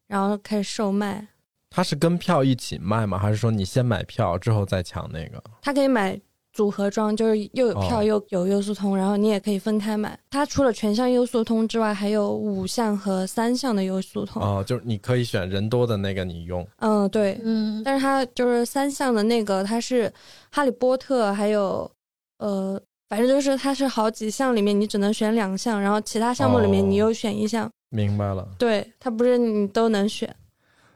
然后开始售卖。它是跟票一起卖吗？还是说你先买票之后再抢那个？它可以买组合装，就是又有票哦又有优速通，然后你也可以分开买。它除了全项优速通之外，还有五项和三项的优速通。哦，就是你可以选人多的那个你用。嗯，对。嗯，但是它就是三项的那个，它是《哈利波特》，还有呃，反正就是它是好几项里面你只能选两项，然后其他项目里面哦你又选一项。明白了，对，它不是你都能选。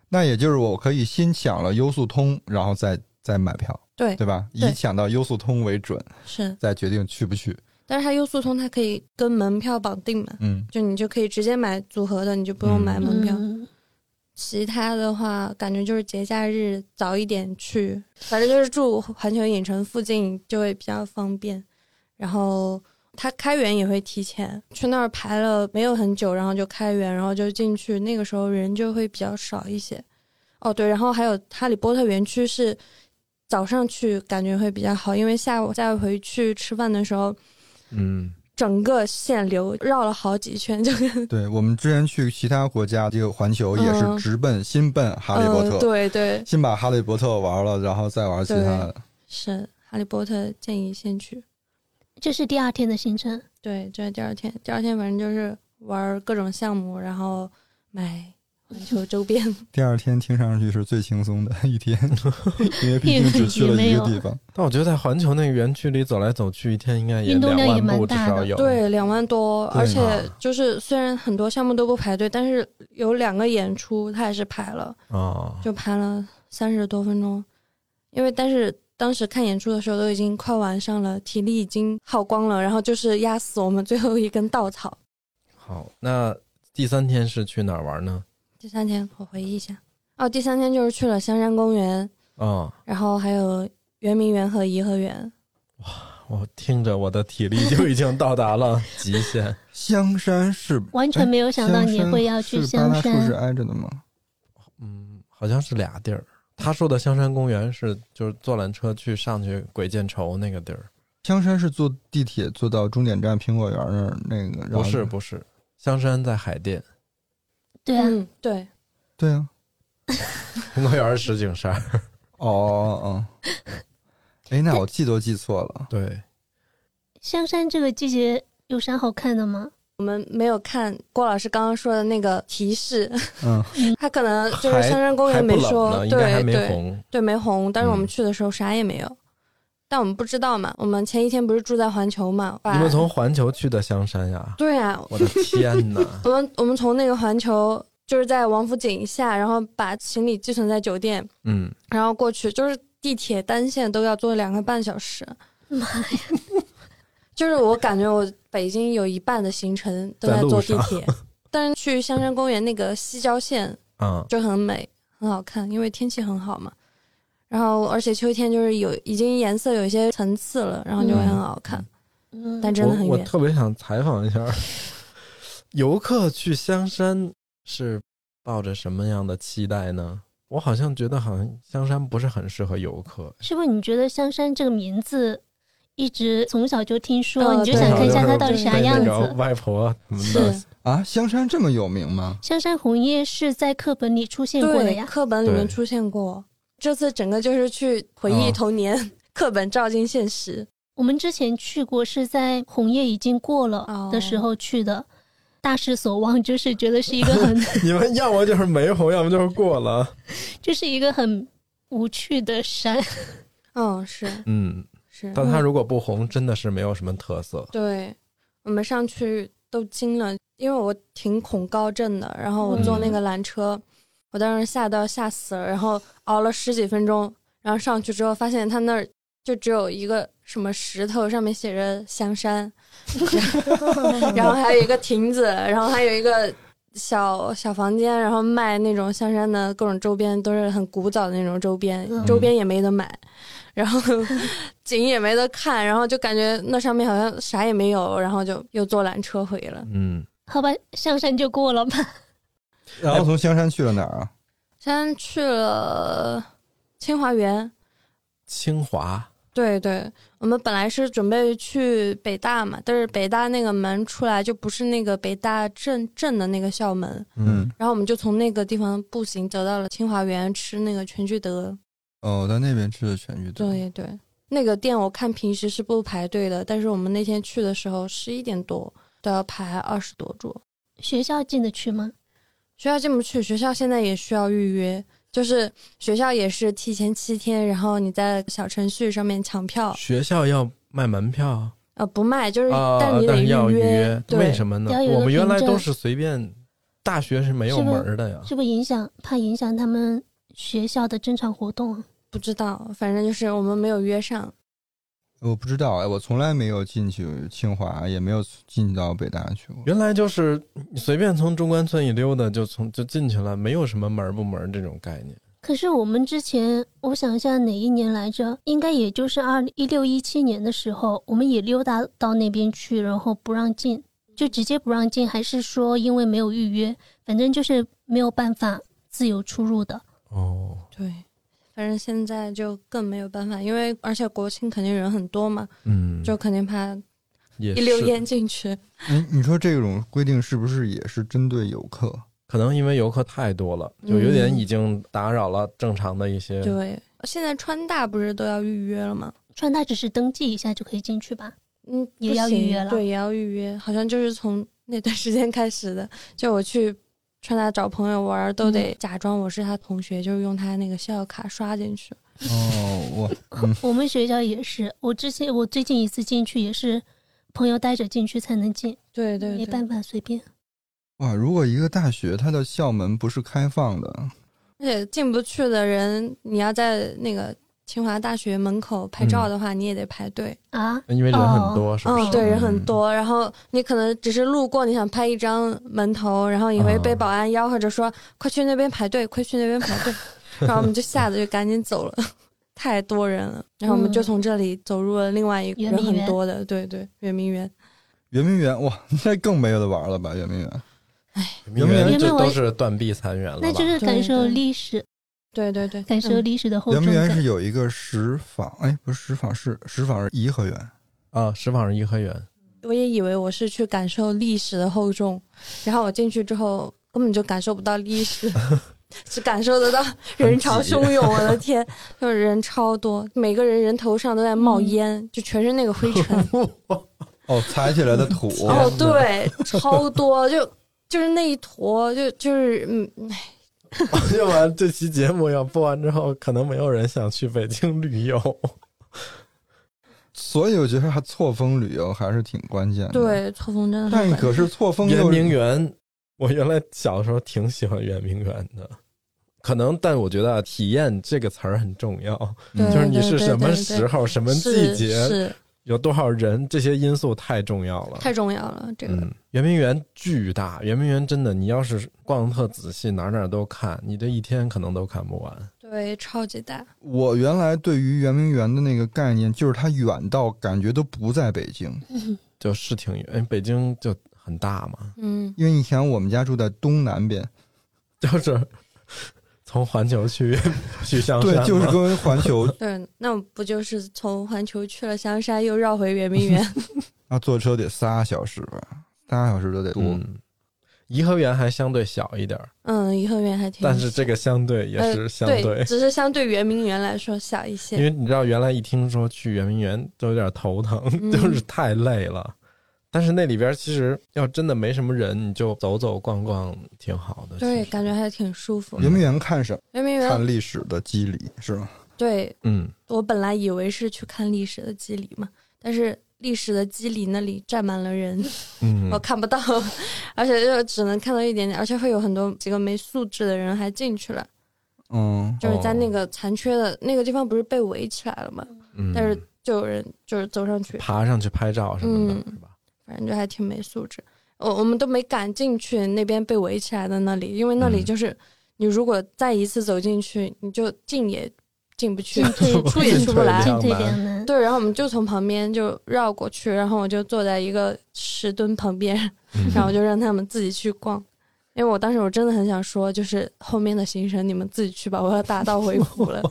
那也就是我可以先抢了优速通，然后再再买票，对，对吧？对以抢到优速通为准，是。再决定去不去。但是它优速通它可以跟门票绑定嘛，嗯，就你就可以直接买组合的，你就不用嗯买门票。嗯其他的话，感觉就是节假日早一点去，反正就是住环球影城附近就会比较方便。然后它开园也会提前，去那儿排了没有很久，然后就开园，然后就进去，那个时候人就会比较少一些。哦，对，然后还有哈利波特园区是早上去感觉会比较好，因为下午再回去吃饭的时候，嗯，整个限流绕了好几圈，就跟对，我们之前去其他国家，这个环球也嗯是直奔新奔哈利波嗯、特，对对先把哈利波特玩了，然后再玩其他的。是哈利波特建议先去。这是第二天的行程。对，这是第二天，第二天反正就是玩儿各种项目，然后买环球 周边。第二天听上去是最轻松的 一天，因为毕竟只去了一个地方。但我觉得在环球那个园区里走来走去，一天应该也运动两量也万蛮步至大少的有。，对，两万多，对而且就是虽然很多项目都不排队，但是有两个演出他也是排了，哦，就排了三十多分钟。因为但是当时看演出的时候都已经快晚上了，体力已经耗光了，然后就是压死我们最后一根稻草。好，那第三天是去哪儿玩呢？第三天我回忆一下，哦，第三天就是去了香山公园，哦，然后还有圆明园和颐和园。我听着我的体力就已经到达了极 限。香山是完全没有想到你会要去香香山是八大处是山，挨着的吗？嗯，好像是俩地儿。他说的香山公园是就是坐缆车去上去鬼见愁那个地儿，香山是坐地铁坐到终点站苹果园那儿那个，然后不是不是，香山在海 淀，对啊，嗯，对，对啊，苹果园是石景山。哦哦哦， 哎，那我记都记错了。 对，香山这个季节有啥好看的吗？我们没有看郭老师刚刚说的那个提 示，嗯，他可能就是还香山公园还不没冷说呢，，应该对还没对红。对没红，但是我们嗯去的时候啥也没有，但我们不知道嘛。我们前一天不是住在环球嘛？哇你们从环球去的香 山呀？对啊，！我的天哪我们我们从那个环球就是在王府井下，然后把行李寄存在酒店，嗯，然后过去就是地铁单线都要坐两个半小时。妈呀！就是我感觉我北京有一半的行程都在坐地铁，但是去香山公园那个西郊线啊，就很美，很好看，因为天气很好嘛。然后而且秋天就是有已经颜色有一些层次了，然后就会很好看，嗯，但真的很我我远。特别想采访一下， 游客去香山是抱着什么样的期待呢？我好像觉得好像香山不是很适合游客，是不是你觉得香山这个名字一直从小就听说，嗯你就对想看一下它到底是啥被样那个子？外婆 什 么的是，啊，香山这么有名吗？香山红叶是在课本里出现过的对，呀，课本里面对嗯出现过。这次整个就是去回忆哦童年， 课本照进现实。我们之前去过是在红叶已经过了的时候去的，大失所望，就是觉得是一个很你们要么就是没红，要么就是过了。就是一个很无趣的山。嗯，是嗯，是。但它如果不红，真的是没有什么特色。对，我们上去都惊了，因为我挺恐高症的，然后我坐那个缆车，我当时吓到吓死了，然后熬了十几分钟，然后上去之后发现它那儿就只有一个什么石头，上面写着香山， 然后还有一个亭子，然后还有一个。小小房间，然后卖那种香山的各种周边，都是很古早的那种周边，嗯周边也没得买，然后景也没得看，然后就感觉那上面好像啥也没有，然后就又坐缆车回了。嗯，好吧，香山就过了吧。然后哎从香山去了哪儿啊？先去了清华园，清华对对，我们本来是准备去北大嘛，但是北大那个门出来就不是那个北大正正的那个校门，嗯，然后我们就从那个地方步行走到了清华园吃那个全聚德。哦，在那边吃的全聚德。对对，那个店我看平时是不排队的，但是我们那天去的时候十一点多都要排二十多桌。学校进得去吗？学校进不去，学校现在也需要预约，就是学校也是提前七天，然后你在小程序上面抢票，哦学校要卖门票呃，不卖，就是、啊，但你但得是要约，对，为什么呢要有一？个我们原来凭证都是随便，大学是没有是不是门儿的呀。是不是影响怕影响他们学校的正常活动啊？不知道，反正就是我们没有约上。我不知道哎，我从来没有进去清华，也没有进到北大去过。原来就是你随便从中关村一溜达就从就进去了，没有什么门儿不门儿这种概念。可是我们之前，我想一下哪一年来着？应该也就是二一六一七年的时候，我们也溜达到那边去，然后不让进，就直接不让进，还是说因为没有预约，反正就是没有办法自由出入的。哦，对，反正现在就更没有办法，因为而且国庆肯定人很多嘛，嗯，就肯定怕也一溜是烟进去。哎，你说这种规定是不是也是针对游客？可能因为游客太多了，就有点已经打扰了正常的一些。对，现在川大不是都要预约了吗？川大只是登记一下就可以进去吧？嗯，也不要预行约了对，也要预约，好像就是从 那段时间开始的。就我去川大找朋友玩儿，嗯都得假装我是他同学，就是用他那个校友卡刷进去。哦，我 我们学校也是，我之前我最近一次进去也是朋友带着进去才能进，对对对，没办法随便。哇，如果一个大学它的校门不是开放的，而且进不去的人，你要在那个清华大学门口拍照的话，你也得排队。啊，因为人很多，是不哦是？嗯，对，人很嗯多，然后你可能只是路过，你想拍一张门头，然后也会被嗯保安吆喝着说：“快去那边排队，快去那边排队。”然哦 后我们就吓得就赶紧走了，太多人了。然后我们就嗯从这里走入了另外一个圆人明很园多的，对对，圆明园。圆明园哇，那更没有的玩了吧？圆明园，明明圆园明这我都是断壁残垣了吧？那就是感受对对历史，对对对，感受嗯历史的厚圆重明园感是。有一个石坊，哎，不是石坊，是石坊是颐和园。啊，石坊是颐和 园，我也以为我是去感受历史的厚重，然后我进去之后根本就感受不到历史， 只感受得到人潮汹涌。我的天，就是人超多，每个人人头上都在冒嗯烟，就全是那个灰 尘。哦，踩起来的土， 哦，对，超多，就就是那一坨，就就是嗯， 要不然这期节目要播完之后，可能没有人想去北京旅游。所以我觉得错峰旅游还是挺关键的。，对，错峰真的很但烦可是错峰圆又明园，我原来小时候挺喜欢圆明园的，可能但我觉得啊体验这个词儿很重要，对嗯就是你是对什么对时候、什么季是节、是有多少人，这些因素太重要了。太重要了，这个、嗯，圆明园巨大，圆明园真的，你要是逛得特仔细，哪儿哪儿都看，你这一天可能都看不完。对超级大，我原来对于圆明园的那个概念，就是它远到感觉都不在北京。就是挺远，哎北京就很大嘛，嗯，因为以前我们家住在东南边， 就是从环球去去香山对嘛，，就是跟环球 对，那我不就是从环球去了香山，又绕回圆明 园？那啊坐车得仨小时吧，仨小时都得多。嗯，颐和园还相对小一点儿，嗯，颐和园还挺，但是这个相对也是相呃对，对，只是相对圆明园来说小一因些。为你知道原来一听说去圆明园都有点头疼，嗯就是太累了。但是那里边其实要真的没什么人，你就走走逛逛挺好的。对，其实感觉还挺舒服。圆明园看什么？圆明园，看历史的肌理是吗？对嗯，我本来以为是去看历史的基里嘛，但是历史的基里那里站满了人，嗯我看不到， 而且就只能看到一点点，而且会有很多几个没素质的人还进去了，嗯，就是哦在那个残缺的、那个地方不是被围起来了嘛，嗯但是就有人就是走上去，爬上去拍照什么的，嗯是吧？反正就还挺没素质。我我们都没敢进去那边被围起来的那里，因为那里嗯就是、你如果再一次走进去，你就进也进不去进，退出也出不来。 进退两 难。对，然后我们就从旁边就绕过去，然后我就坐在一个石墩旁边，然嗯后我就让他们自己去逛。因为我当时我真的很想说，就是后面的行程你们自己去吧，我要打道回府了。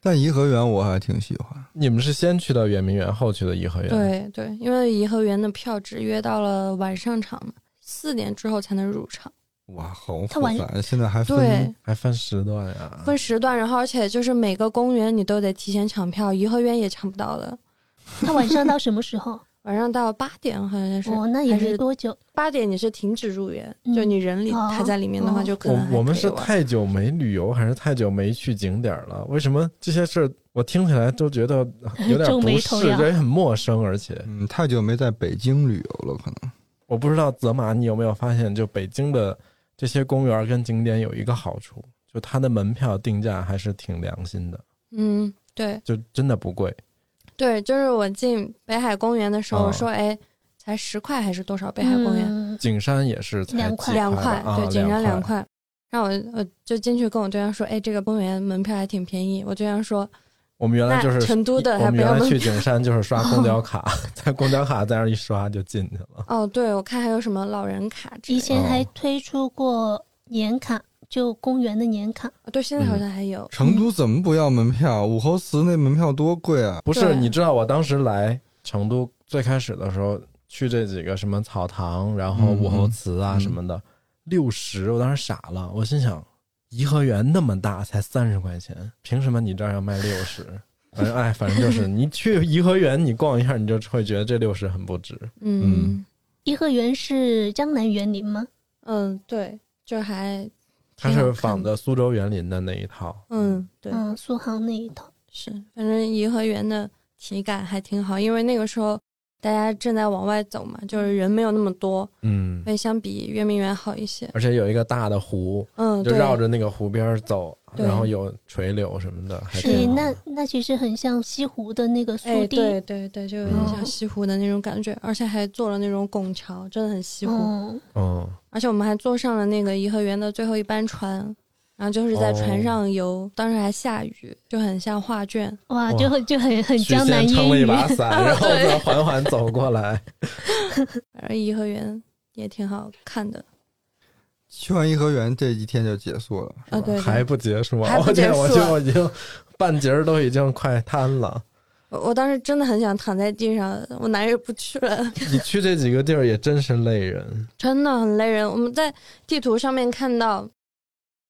但颐和园我还挺喜欢。你们是先去的圆明园，后去的颐和园。，对对，因为颐和园的票只约到了晚上场嘛，四点之后才能入场。哇，好它复晚杂！现在还对分，还分时段呀。分时段，然后而且就是每个公园你都得提前抢票，颐和园也抢不到的。 他晚上到什么时候？晚上到八点好像 是，哦，那也还是没多久。八点你是停止入园，嗯就你人里哦还在里面的话，哦就可能还可以我我们是玩太久没旅游，还是太久没去景点了？为什么这些事儿我听起来都觉 得有点皱眉不头适，呀这也很陌生？而且嗯，太久没在北京旅游了，可能我不知道泽马，你有没有发现，就北京的这些公园跟景点有一个好处，就它的门票定价还是挺良心的，嗯，对就真的不贵。对，就是我进北海公园的时候，哦我说哎，才十块还是多少？北海公园、嗯景山也是才两几块两吧块，啊、对，景山两两。块。然后我我就进去跟我对象说，哎，这个公园门票还挺便宜。我对象说，我们原来就是那成都的我还们不要原来门去景山就是刷 公交卡，在公交卡在那儿一刷就进去了。哦，对，我看还有什么老人卡之以类的，前还哦推出过年卡，就公园的年卡。哦对，现在嗯好像还有。嗯成都怎么不要门票？武侯祠那门票多贵啊！不是，对你知道我当时来成都最开始的时候，去这几个什么草堂，然后嗯武侯祠啊嗯什么的，六十、我当时傻了，我心想，颐和园那么大才三十块钱，凭什么你这儿要卖六十？ 反正哎，反正就是你去颐和园，你逛一下，你就会觉得这六十很不值。嗯颐和园是江南园林吗？嗯，对，就还它挺好是看仿的苏州园林的那一套，嗯，对，嗯，苏杭那一套。是，反正颐和园的体感还挺好，因为那个时候大家正在往外走嘛，就是人没有那么多，嗯，所以相比圆明园好一些。而且有一个大的湖，嗯，就对，绕着那个湖边儿走，对然后有垂柳什么的，还诶挺好那的。那其实很像西湖的那个哎，苏堤。对对对，就有点像嗯西湖的那种感觉，而且还做了那种拱桥，真的很西湖。嗯，嗯，而且我们还坐上了那个颐和园的最后一班船，然后就是在船哦上游，当时还下雨，就很像画卷。哇，哇就很就很很许江南仙撑了烟一雨。 把伞，啊然后再缓缓走过来。反正颐和园也挺好看的去完颐和园这一天就结束了，是吧啊，对对还不结束啊！还我不结天，束我就我已经半截儿都已经快瘫 了。我我当时真的很想躺在地上，我哪儿也不去了， 你去这几个地儿也真是累人。真的很累人。我们在地图上面看到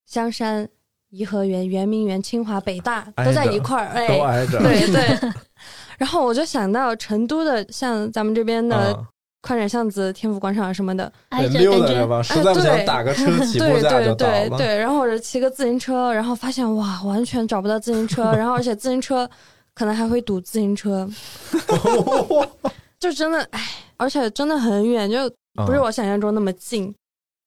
香山、颐和园、圆明园、清华、北大挨都在着一块儿，哎，都挨着。啊对对。然后我就想到成都的，像咱们这边的啊，宽窄巷子、天府广场什么的，得挨着溜哎感达着觉吧，实在不行啊对打个车， 起步对价对就到对了。对，然后或者骑个自行车，然后发现哇，完全找不到自行车，然后而且自行车可能还会堵自行车， 就真的哎，而且真的很远，就不是啊我想象中那么近。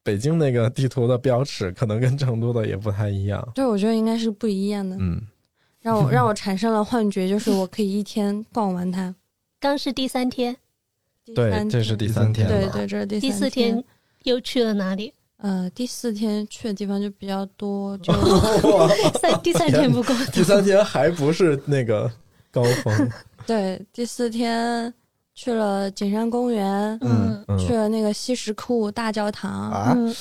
北京那个地图的标尺，可能跟成都的也不太一样。对，我觉得应该是不一样的，嗯，让我让我产生了幻觉，就是我可以一天逛完它。刚是第三天，第对，三这是第第三三天天了。对对，这是第第三四天又去了哪里？呃，第四天去的地方就比较多， 就三第三天不够，第三天还不是那个高 峰，对，第四天去了景山公园，嗯去 嗯，了那个西什库大教堂，啊，嗯，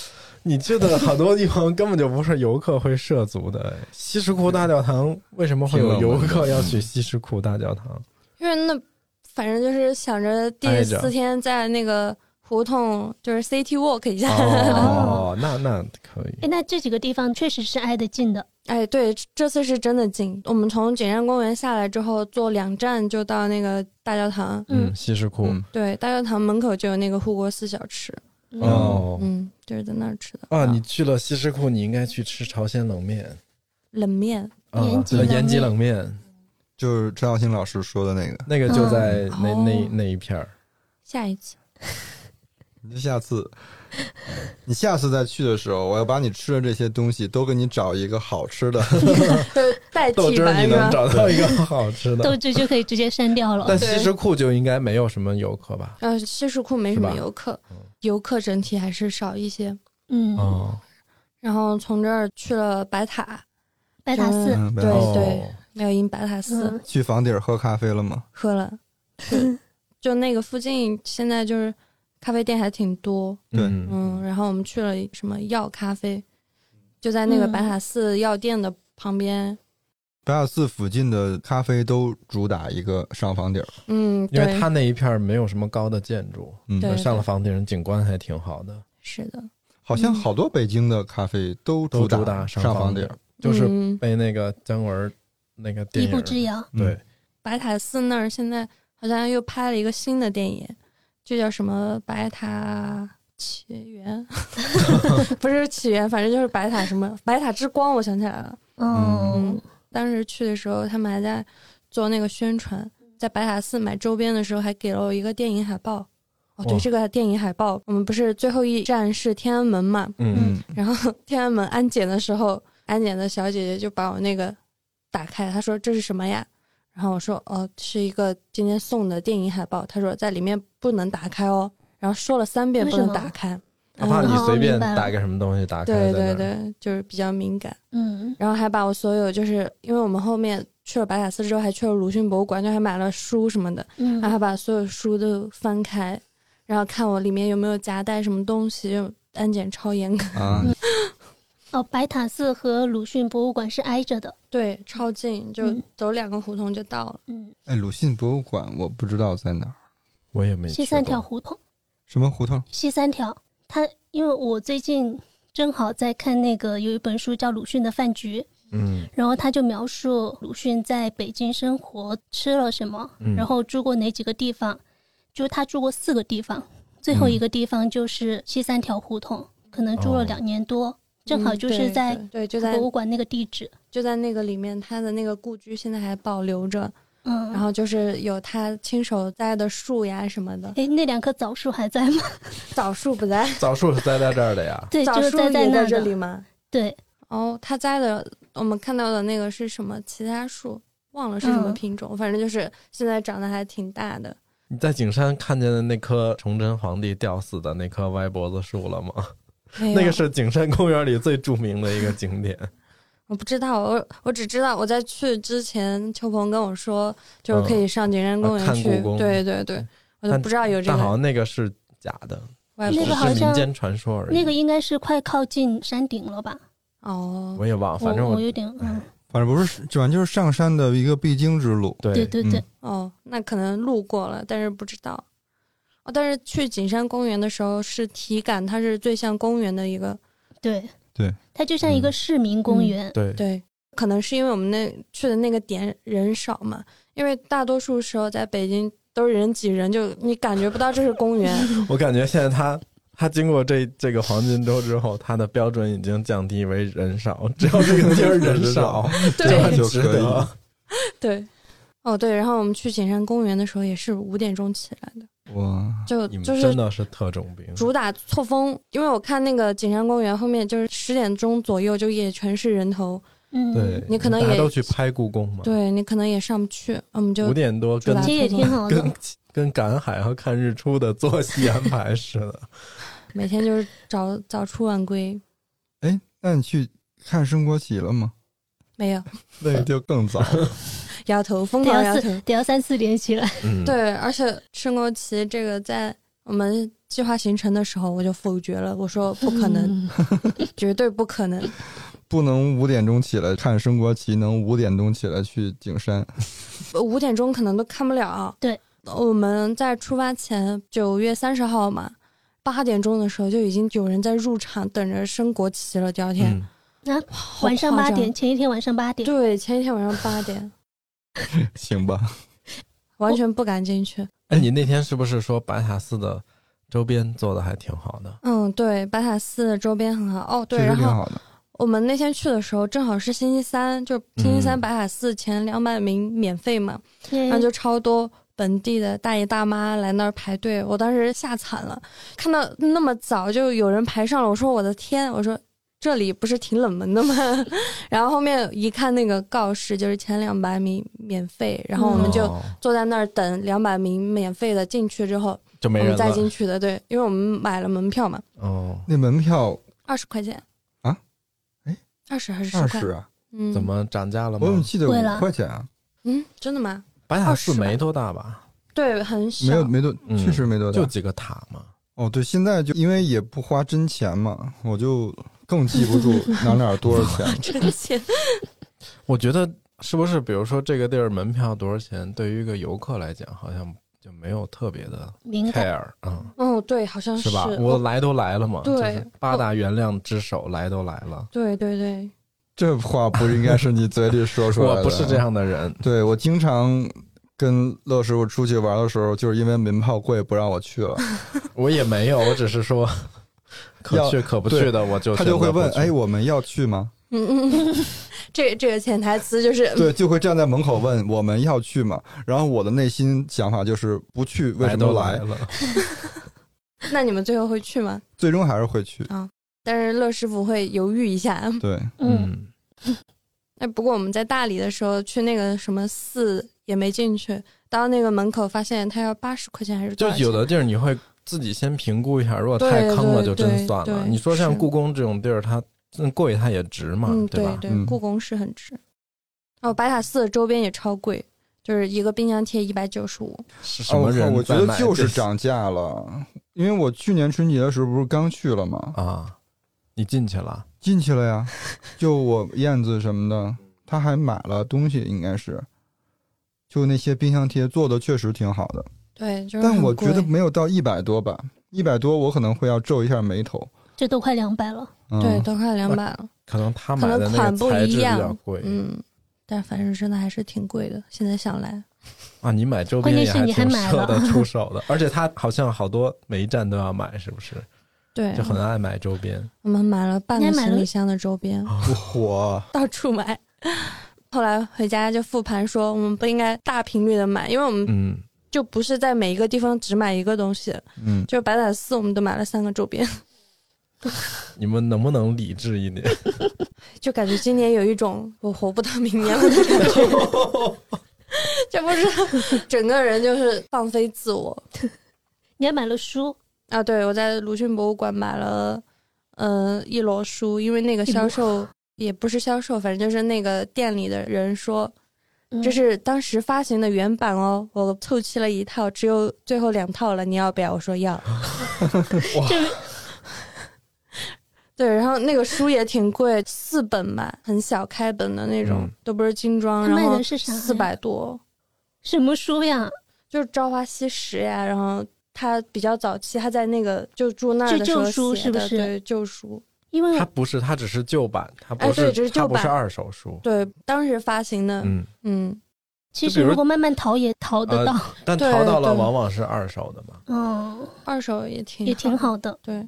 你去的好多地方根本就不是游客会涉足的。西什库大教堂为什么会有游客要去西什库大教堂？因为那反正就是想着第挨着四天在那个胡同就是 City Walk 一下，哦，那那可以。哎，那这几个地方确实是挨得近的， 哎，对，这次是真的近。我们从景山公园下来之后，坐两站就到那个大教堂。嗯嗯，西什库。嗯对，大教堂门口就有那个护国寺小吃，嗯哦嗯，就是在那儿吃的啊，你去了西什库，你应该去吃朝鲜冷面冷面啊延，吉冷面延吉冷面，就是陈小青老师说的那个，那个就在那嗯那哦那一片儿。下一 次你就下次， 你下次再去的时候，我要把你吃的这些东西都给你找一个好吃的，就代豆替汁儿吧，你是吧 能？找到一个好吃的豆，汁就可以直接删掉了。但西什库就应该没有什么游客吧？呃，西什库没什是么吧嗯游客，游客整体还是少一些。嗯，哦，然后从这儿去了白塔，白塔寺，嗯对白塔哦对，妙音白塔寺、嗯，去房顶儿喝咖啡了吗？喝了， 就就那个附近现在就是咖啡店还挺多，对嗯嗯，然后我们去了什么药咖啡，就在那个嗯白塔寺药店的旁边，白塔寺附近的咖啡都主打一个上房顶儿，嗯，因为对它，那一片儿没有什么高的建筑，嗯，对上了房顶景观还挺好的，是的，好像好多北京的咖啡都都主主打上房顶儿，就是嗯、被那个姜文儿那个电一影步之遥，嗯对，白塔寺那儿现在好像又拍了一个新的电影，就叫什么白塔。起源 不是起源，反正就是白塔什么白塔之光，我想起来了，哦嗯，当时去的时候，他们还在做那个宣传，在白塔寺买周边的时候，还给了我一个电影海报。哦，对，哇这个电影海报，我们不是最后一站是天安门嘛？嗯，然后 天安门安检的时候，安检的小姐姐就把我那个打开，她说这是什么呀？然后我说哦，是一个今天送的电影海报。她说在里面不能打开哦，然后说了三遍为不什能么打 开。哪怕你嗯随哦明便白了打个什么东西打开，对对，对，就是比较敏感。嗯，然后还把我所有就是因为我们后面去了白塔寺之后，还去了鲁迅博物馆，就还买了书什么的，嗯，然后还把所有书都翻开，然后看我里面有没有夹带什么东西，就安检超严格，啊，哦，白塔寺和鲁迅博物馆是挨着的，对，超近，就嗯走两个胡同就到了。嗯，哎，鲁迅博物馆我不知道在哪儿，我也没西去三条过，胡同，什么胡同？西三条，它因为我最近正好在看那个有一本书叫《鲁迅的饭局》，嗯然后他就描述鲁迅在北京生活吃了什么，嗯然后住过哪几个地方，就是他住过四个地方，最后一个地方就是西三条胡同，可能住了哦两年多，正好嗯就是对在对对就在博物馆那个地址，就在那个里面，他的那个故居现在还保留着，嗯，然后就是有他亲手栽的树呀什么的，哎，那两棵枣树 还在吗？枣树不在，枣树是栽在这儿的呀，对，枣就是树栽在也那在儿这的里吗？对，哦，他栽的我们看到的那个是什么其他树？忘了是什么嗯品种，反正就是现在长得还挺大的。你在景山看见的那棵崇祯皇帝吊死的那棵歪脖子树了吗？ 没有那个是景山公园里最著名的一个景点。我不知道，我我只知道我在去之前，秋鹏跟我说，就是可以上景山公啊园嗯看去。故宫对对对，我就但不知道有这但好个像那个是假的，外那国个只好是像民间传说而已。那个应该是快靠近山顶了吧？哦我也忘，了，反正我我哎有点嗯，反正不是，反正就是上山的一个必经之路。对对对嗯对，哦，那可能路过了，但是不知道。哦，但是去景山公园的时候是体感，它是最像公园的一个。对对，它就像一个嗯市民公嗯园。对对，可能是因为我们那去的那个点人少嘛，因为大多数时候在北京都是人挤人，就你感觉不到这是公 园。我感觉现在他他经过这这个黄金周之后，他的标准已经降低为 人少，只要这个地儿人少，这就样很就值可以得。对，哦，对，然后我们去景山公园的时候也是五点钟起来的，哇，就啊你们就是真的是特种兵，主打错峰，因为我看那个景山公园后面就是十点钟左右就也全是人头，嗯，对，你可能大家也都去拍故宫嘛，，对你可能也上不去，我们五就点多主跟打其实也挺好的跟。跟赶海和看日出的作息安排似的。每天就是早早出晚归，哎，那你去看升国旗了吗？没有 那个就更早了，摇头，疯得狂要摇四头。得要三四点起来，嗯，对，而且升国旗这个在我们计划行程的时候我就否决了，我说不可能， 嗯，绝对不可能。 不能五点钟起来看升国旗，能五点钟起来去景山。五点钟可能都看不了。对，我们在出发前九月三十号嘛，八点钟的时候就已经有人在入场等着升国旗了。第二天、嗯，好晚上八夸张点，，前一天晚上八点，对，前一天晚上八点，行吧，完全不敢进去。哎，你那天是不是说白塔寺的周边做的还挺好的？嗯，对，白塔寺的周边很好。哦，对，确实然挺后好的。我们那天去的时候正好是星期三，就是星期三白塔寺前两百名免费嘛，然嗯后就超多本地的大爷大妈来那儿排队，我当时吓惨了，看到那么早就有人排上了，我说我的天，我说这里不是挺冷门的吗？ 然后后面一看那个告示，就是前两百米免费，然后我们就哦坐在那儿等两百名免费的进去之后，就没我人们再了。进去的，对，因为我们买了门票嘛，哦，那门票二十块钱啊？哎，二十还是二十块十？啊，嗯，怎？么涨价了我怎么吗？记得贵了五块钱啊？嗯，真的吗？白塔寺20吧没多大吧，对，很小，没有，没多，嗯确实没多大就。几个塔嘛。哦，对，现在就因为也不花真钱嘛，我就更记不住哪哪儿多少钱了。 这个钱。我觉得是不是，比如说这个地儿门票多少钱，对于一个游客来讲，好像就没有特别的敏感， care，嗯， 哦，对，好像是吧？我我来都来了嘛，对就是八大原谅之首来都来了，对对对，这话不应该是你嘴里说出来的。我不是这。样的 人，对，我经常跟乐师傅出去玩的时候，就是因为门票贵不让我去了，我也没有，我只是说可要去可不去的，我就他就会问：“哎，哎，我们要去吗嗯嗯，这这个潜台词就？”是，对，就会站在门口问：“我们要去吗？”然后我的内心想法就是不去为来什么都不来来？了， 那你们最后会去吗？最终还是会去。但是乐师傅会犹豫一下。 对，嗯，，哎，不过我们在大理的时候去那个什么寺也没进去，到那个门口发现他要八十块钱还是就多少有钱的地儿你会自己先评估一下，如果太对坑了对就真算对了。对你说像是故宫这种地儿，它嗯贵它也值嘛，嗯，对吧？嗯故宫是很值。哦，白塔寺的周边也超贵，就是一个冰箱贴一百九十五。是什么人哦我在觉得买就是这些涨价了，因为我去年春节的时候不是刚去了吗？啊？你进去了？进去了呀， 就我燕子什么的，他还买了东西，应该是，就那些冰箱贴做的确实挺好的，对，就是但很我觉得贵没有到一百多吧，一百多我可能会要皱一下眉头。这都快两百了，嗯、对，都快两百了。可能他买的可能那款个不材质一比样较贵、嗯，但反正真的还是挺贵的。现在想来，啊。你买周边也关键是挺你还买舍了得出手的，而 且他好像好多每一站都要买，是不是？对，就很爱买周边。我们买了半个你还买行了李箱的周边，啊火，到处买。 后来回家就复盘说，我们不应该大频率的买，因为我们嗯，就不是在每一个地方只买一个东西。嗯，就白塔寺，我们都买了三个周边， 你们能不能理智一点？就感觉今年有一种我活不到明年了的感 觉。 这不是整个人就是放飞自我你还买了书，啊！对，我在鲁迅博物馆买了，呃，一摞书，因为那个销售也不是销售，反正就是那个店里的人说，嗯这是当时发行的原版哦，我凑齐了一套，只有最后两套了，你要不要？我说要。 对，然后那个书也挺贵，四本吧，很小开本的那种，嗯都不是精装，他然卖后的是啥呀四百多，什么书呀？就是《朝花夕拾》呀，然后。他比较早期，他在那个就住那儿是的时候旧书写的是不是对，旧书，因为它不是，它只是旧版，它哎不对只是旧它不是版二手书。对，当时发行的，嗯，嗯，其就实比如呃如果慢慢淘也淘得到，但对淘到了对往往是二手的嘛。嗯，二手也挺也挺的好的。对，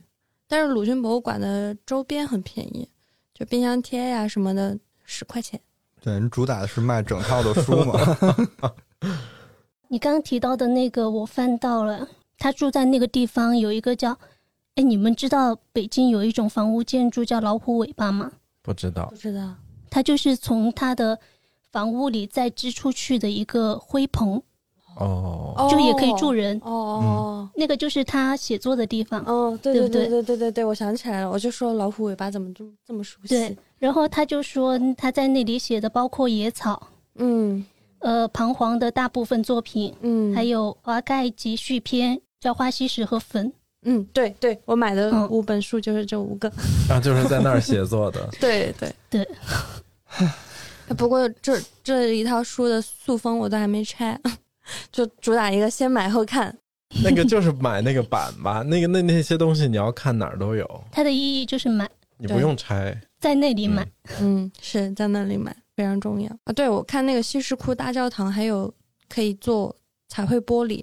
但是鲁迅博物馆的周边很便宜，就冰箱贴呀、什么的，十块钱。 对，人主打的是卖整套的书嘛，你刚刚提到的那个，我翻到了，他住在那个地方有一个叫，哎，你们知道北京有一种房屋建筑叫老虎尾巴吗？不知道不知道，它就是从它的房屋里再支出去的一个灰棚，哦，哦就也可以住人。哦哦那个就是他写作的地方。哦哦，对对不对对对对对对，我想起来了，我就说老虎尾巴怎么这么这么熟悉对？然后他就说他在那里写的包括野草，嗯呃，彷徨的大部分作品，嗯，还有《华盖集续篇》叫《花溪石和坟》。嗯，对对，我买的嗯五本书就是这五个。那、啊就是在那儿写 作的对对 哎对。不过这这一套书的塑封我都还没拆， 就主打一个先买后 看。那个，就是买那个版吧。那个那那些东西你要看哪儿都有，它的意义就是买，你对不用拆。在那里买。嗯嗯，是在那里买非常重要啊。对，我看那个西什库大教堂还有可以做彩绘玻璃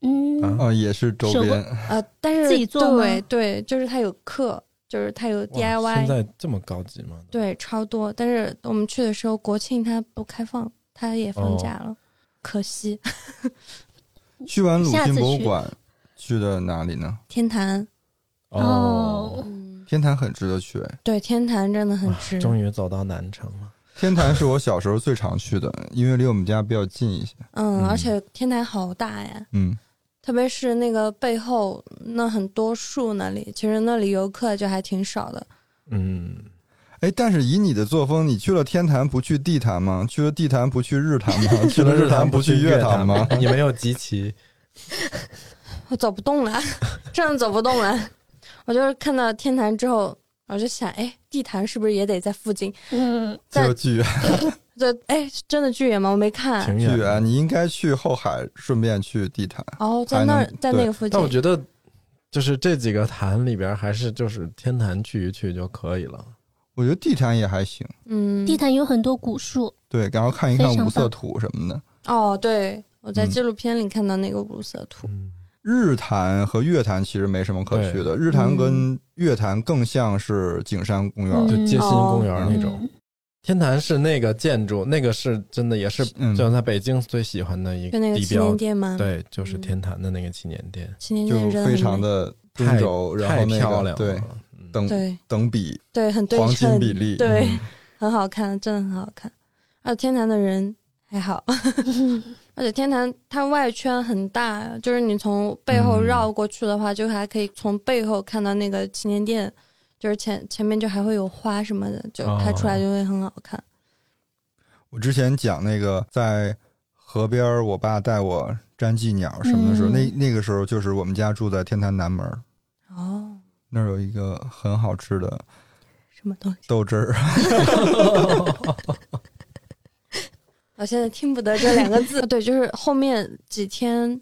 嗯，啊啊，也是周边，啊，但是自己做吗对对，就是它有课，就是它有哇 DIY，现在这么高级吗？对，超多。但是我们去的时候国庆它不开放，它也放哦假了，可惜。 去完鲁下次迅去博物馆去的哪里呢？天坛，哦，嗯，天坛很值得去，哎对，天坛真的很值。终于走到南城了。天坛是我小时候最常去的，因为离我们家比较近一些。嗯，嗯而且天台好大呀，嗯，特别是那个背后那很多树那里，其实那里游客就还挺少的。嗯，哎，但是以你的作风，你去了天坛不去地坛吗？去了地坛不去日坛吗？ 去了日坛不去月坛吗？你没有集齐，我走不动了， 真的走不动了。 我就是看到天坛之后，我就想，哎，地坛是不是也得在附近？嗯， 就在是巨远，这哎，真的巨远吗？我没看。挺巨远的。远，你应该去后海，顺便去地坛。哦，在那还儿能，在那个附近但我。觉得，就是这几个坛里边，还是就是天坛去一去就可以了。我觉得地坛也还行，嗯，地坛有很多古树，对，然后看一看非常棒五色土什么的。哦，对，我在嗯纪录片里看到那个五色图。嗯，日坛和月坛其实没什么可去的，日嗯坛跟月坛更像是景山公园。就嗯街心公园那种。嗯，天坛是那个建筑，那个是真的，也是嗯就在北京最喜欢的一就个那个地祈年标。殿吗？，对，就是嗯天坛的那个祈年殿，祈年殿就真的非很常美的中太轴，然太后那漂个亮了。对嗯等对等比对，很对黄金称。比例，对嗯，很好看，真的很好看。而且天坛的人还 好，而且天坛它外圈很大，啊就是你从背后嗯绕过去的话，就还可以从背后看到那个祈年殿，就是前前面就还会有花什么的，就哦拍出来就会很好看。我之前讲那个在河边儿，我爸带我粘寄鸟什么的时候，嗯那那个时候就是我们家住在天坛南门儿哦，那儿有一个很好吃的什么东西？豆汁儿，我现在听不得这两个 字。啊对，就是后面几天。嗯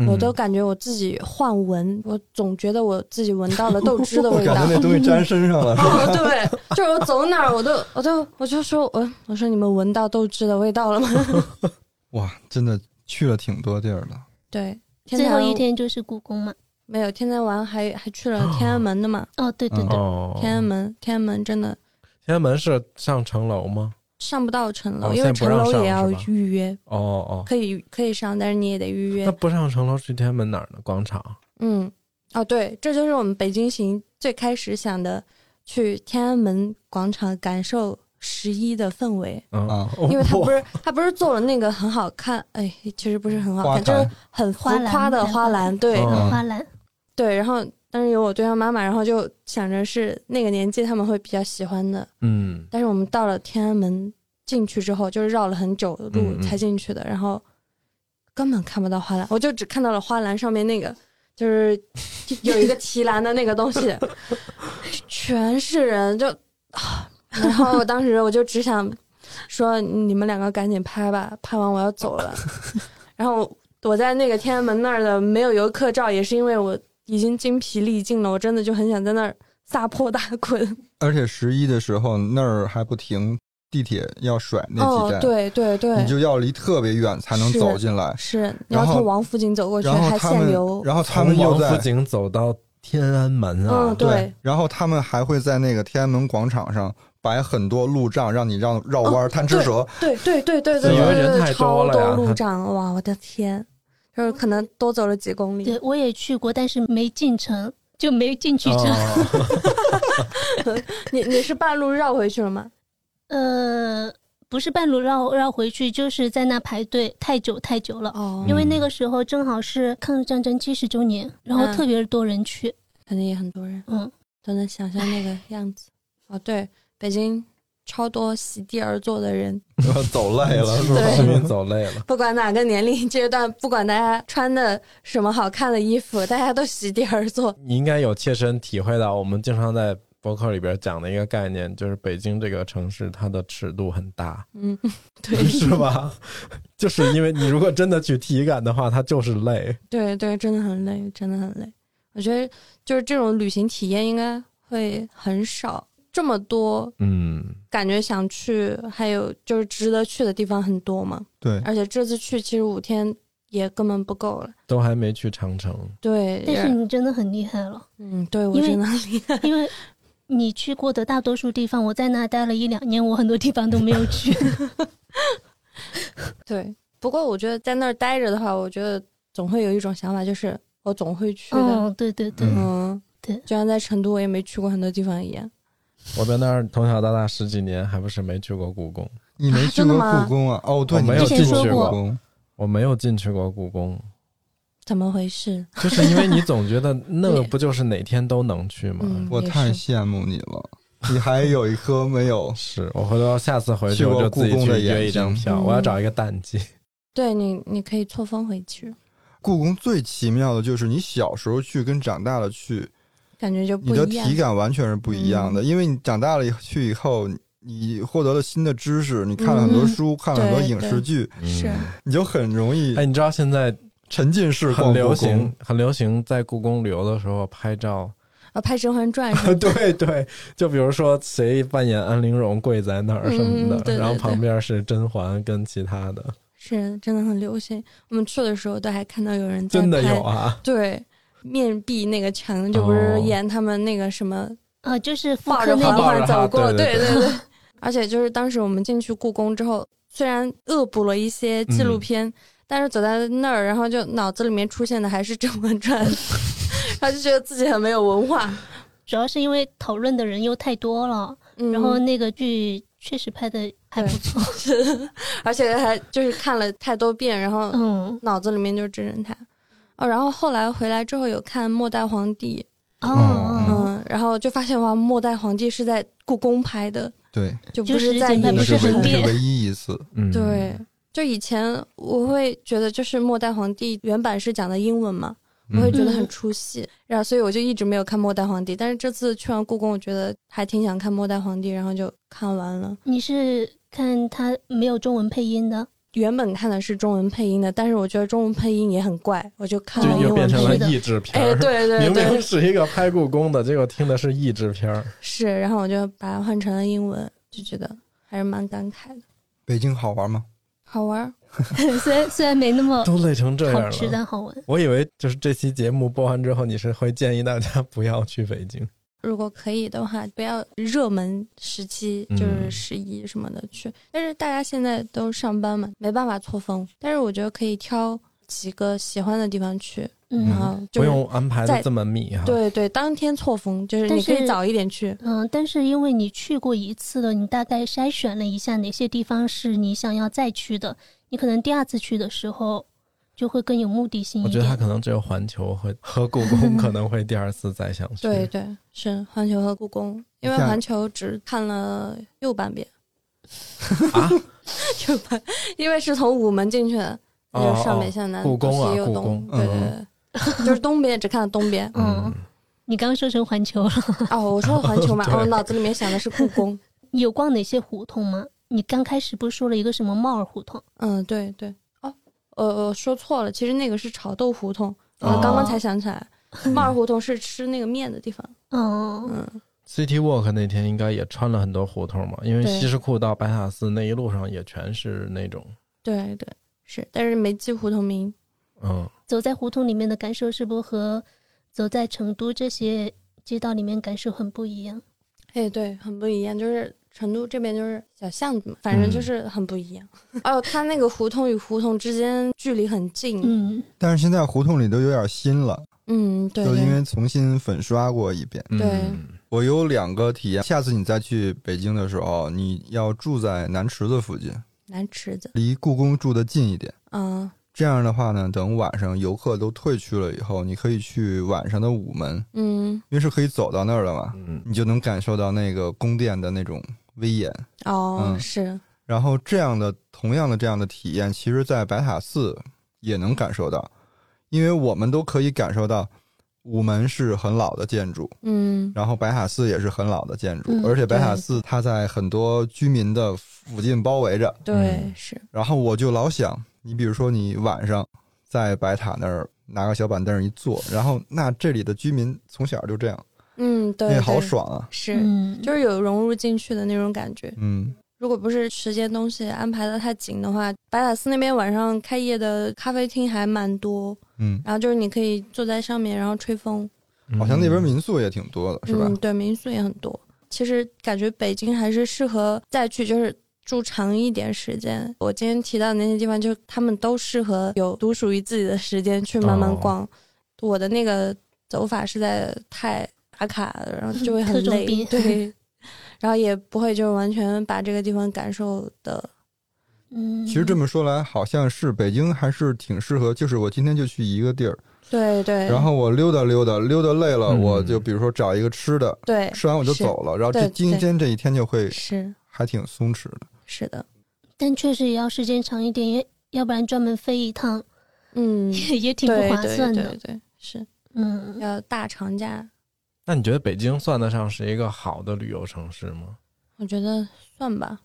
嗯我都感觉我自己换闻，我总觉得我自己闻到 了豆汁的味道。感觉那东西粘身上了，是吧？哦，对，就是我走哪儿，我都，我都，我就说，我我说你们闻到豆汁的味道了吗？ 哇，真的去了挺多地儿的。对，天最坛后一天就是故宫嘛。没有天坛玩还还去了天安门的嘛？哦，对对嗯对，哦，天安门，天安门真的天安门是上城楼吗？上不到城楼，哦因为现在城不让楼上也要是吧预约，哦哦，可以可以上，但是你也得预那约。不上城楼去天安门哪儿呢？广场。嗯，哦，对，这就是我们北京行最开始想的，去天安门广场感受十一的氛围。嗯啊哦因为他哇不是他不是做了那个很好看，哎，其实不是很好花看，就坛是很浮花篮夸的花篮，对嗯嗯花篮，对。然后当时有我对象妈妈，然后就想着是那个年纪他们会比较喜欢的。嗯，但是我们到了天安门进去之后，就是绕了很久的嗯路嗯才进去的，然后根本看不到花篮，我就只看到了花篮上面那个就是有一个提篮的那个东 西，全是人就，啊然后我当时我就只想说你们两个赶紧拍吧，拍完我要走 了。然后我在那个天安门那儿的没有游客照，也是因为我已经精疲力尽了，我真的就很想在那儿撒泼打滚。而且十一的时候那儿还不停地铁要甩那几站，哦，对对对，你就要离特别远才能是走进来。是，你然要后从王府井走过去，然后还他限们流，。然后他从们又王府在哦井走到天安门啊嗯，对然后他们还会在那个天安门广场上摆很多路障，让你让绕弯儿、贪吃蛇。哦对对对对对因为对人对太对，多超了呀多路他障，哇，我的天， 就是可能多走了几公里对，，我也去过，但是没进城，就没进去城。哦你你是半路绕回去了吗？呃，不是半路绕绕回去，就是在那排队太久太久了。哦，因为那个时候正好是抗日战争七十周年，然后嗯特别多人去，肯定也很多人嗯，都能想象 那个样子。哦，对，北京超多席地而坐的人， 走累了是对市民吧？走累了，不管哪个年龄阶段，不管大家穿的什么好看的衣服，大家都席地而坐。你应该有切身体会到，我们经常在博客里边讲的一个概念，就是北京这个城市它的尺度很大，嗯，是吧？ 就是因为你如果真的去体感的话，它就是累。对对，真的很累，真的很累。我觉得就是这种旅行体验应该会很少，这么多嗯，感觉想去，还有就是值得去的地方很多嘛。对，而且这次去其实五天也根本不够了。都还没去长城，对，但是你真的很厉害了，嗯，对我因为真的很厉害。因为你去过的大多数地方，我在那待了一两年，我很多地方都没有 去。 对，不过我觉得在那儿待着的话，我觉得总会有一种想法，就是我总会去的。嗯，对对对，嗯嗯，对就像在成都，我也没去过很多地方一样。我在那儿从小到大十几年，还不是没去过故宫，你没啊去真的过吗故宫啊？哦，对，我你没有之前进说去故过宫。我没有进去过故宫， 怎么回事？就是因为你总觉得那个不就是哪天都能去吗？。嗯我也太是羡慕你了，你还有一颗没有是我回头下次回去去过我就自己故宫去的眼约一张睛票，嗯我要找一个淡季。对你，你可以错峰回去，故宫最奇妙的就是你小时候去跟长大了去，感觉就你不的一样嗯体。感完全是不一样的，因为你长大了以后去以后。你获得了新的知识，你看了很多嗯书，看了很多对影视对剧，是你就很容易嗯哎，你知道现在沉浸式很嗯逛流故行宫。，很流行在故宫旅游的时候拍 照。啊，拍《甄嬛传》是吧对对，就比如说谁扮演安陵容跪在那儿什么的，嗯对对然后对旁边是甄嬛跟其他的，是真的很流行。我们去的时候都还看到有人在真的拍有啊。对面壁那个墙，就不是哦演他们那个什么啊，就是妇抱科着那嬛花环里，嬛走走过过，对对对对。而且就是当时我们进去故宫之后，虽然恶补了一些纪嗯录片，但是走在那儿，然后就脑子里面出现的还是《甄嬛传》， 然后就觉得自己很没有文化。主要是因为讨论的人又太多了，嗯、然后那个剧确实拍的还不错。 而且还就是看了太多遍，然后 嗯，脑子里面就只认他。哦，然后后来回来之后有看《末代皇帝》，哦，嗯，然后就发现哇，《末代皇帝》是在故宫拍的，对，就不就是是在人家影不那是是视唯城很那变是唯一一次。嗯，对，就以前我会觉得，就是《末代皇帝》原版是讲的英文嘛，嗯我会觉得很出戏，然后所以我就一直没有看《末代皇帝》。但是这次去完故宫，我觉得还挺想看《末代皇帝》，然后就看完了。你是看他没有中文配音的？原本看的是中文配音的，但是我觉得中文配音也很怪，我就看就了哦英又变文成配了音。是的译制片哎，儿。对对 明明对，是一个拍故宫的，结果听的是译制片儿。是，然后我就把它换成了英文，就觉得还是蛮感慨的，北京好玩吗？好玩儿。 虽然虽然没那哦么都累成这好样吃，了。但好玩。我以为就是这期节目播完之后，你是会建议大家不要去北京。如果可以的话，不要热门时期，嗯就是十一什么的去。但是大家现在都上班嘛，没办法错峰。但是我觉得可以挑几个喜欢的地方去，然嗯后 就不是、用安排的这么密哈。对对，当天错峰，就是你可但以是早一点去。嗯，但是因为你去过一次了，你大概筛选了一下哪些地方是你想要再去的，你可能第二次去的时候就会更有目的性我一觉得他可点。。能只有环球和和故宫可能会第二次再想去。对对，是环球和故宫，因为像环球只看了右半边，啊， 右半，因为是从午门进去的，那哦就是上哦北下南，故宫啊西右故东，宫嗯对对对， 就是东边只看了东边嗯，你刚刚说成环球了，哦， 我说的环球嘛，对哦，脑子里面想的是故宫。 你有逛哪些胡同吗？你刚开始不是说了一个什么帽儿胡同？嗯，对对，哦，呃，我说错了，其实那个是炒豆胡同，我哦刚刚才想起 来，帽儿胡同是吃那个面的地方。嗯，嗯， City Walk 那天应该也穿了很多胡同嘛，因为对西什库到白塔寺那一路上也全是那种，对对是，但是没记胡同名。嗯，走在胡同里面的感受是不是和走在成都这些街道里面感受很不一样？哎，对，很不一样，就是成都这边就是小巷子嘛，反正就是很不一样。嗯 哦，它那个胡同与胡同之间距离很近，嗯，但是现在胡同里都有点新了，嗯，对就因对，为重新粉刷过一遍。对嗯我有两个体验，下次你再去北京的时候，你要住在南池子附近，南池子，离故宫住得近一点。嗯这样的话呢，等晚上游客都退去了以后，你可以去晚上的午门，嗯，因为是可以走到那儿了嘛，嗯，你就能感受到那个宫殿的那种威严。哦，嗯是，然后这样的同样的这样的体验，其实在白塔寺也能感受到，因为我们都可以感受到，午门是很老的建筑，嗯然后白塔寺也是很老的建筑，嗯而且白塔对寺它在很多居民的附近包围着。对是，然后我就老想，你比如说你晚上在白塔那儿拿个小板凳一坐，然后那这里的居民从小就这样，嗯对，那好对，爽啊！是，嗯，就是有融入进去的那种感觉。嗯，如果不是时间东西安排的太紧的话，白塔寺那边晚上开业的咖啡厅还蛮多，嗯，然后就是你可以坐在上面，然后吹风，嗯好像那边民宿也挺多的，是吧嗯，？对，民宿也很多。其实感觉北京还是适合再去，就是住长一点时间。我今天提到的那些地方，就是他们都适合有独属于自己的时间去慢慢哦逛。我的那个走法是在太打卡，然后就会很特种累，兵对，然后也不会就是完全把这个地方感受 的，嗯，其实这么说来，好像是北京还是挺适合。就是我今天就去一个地儿，对对，然后我溜达溜达，溜达累了，嗯我就比如说找一个吃的，对吃完我就是走了。然后这对今对天这一天就会是还挺松弛的。是的，但确实也要时间长一点，也要不然专门飞一趟嗯，也也挺不对划算对对的。对，是嗯，要大长假，那你觉得北京算得上是一个好的旅游城市吗？ 我觉得算 吧，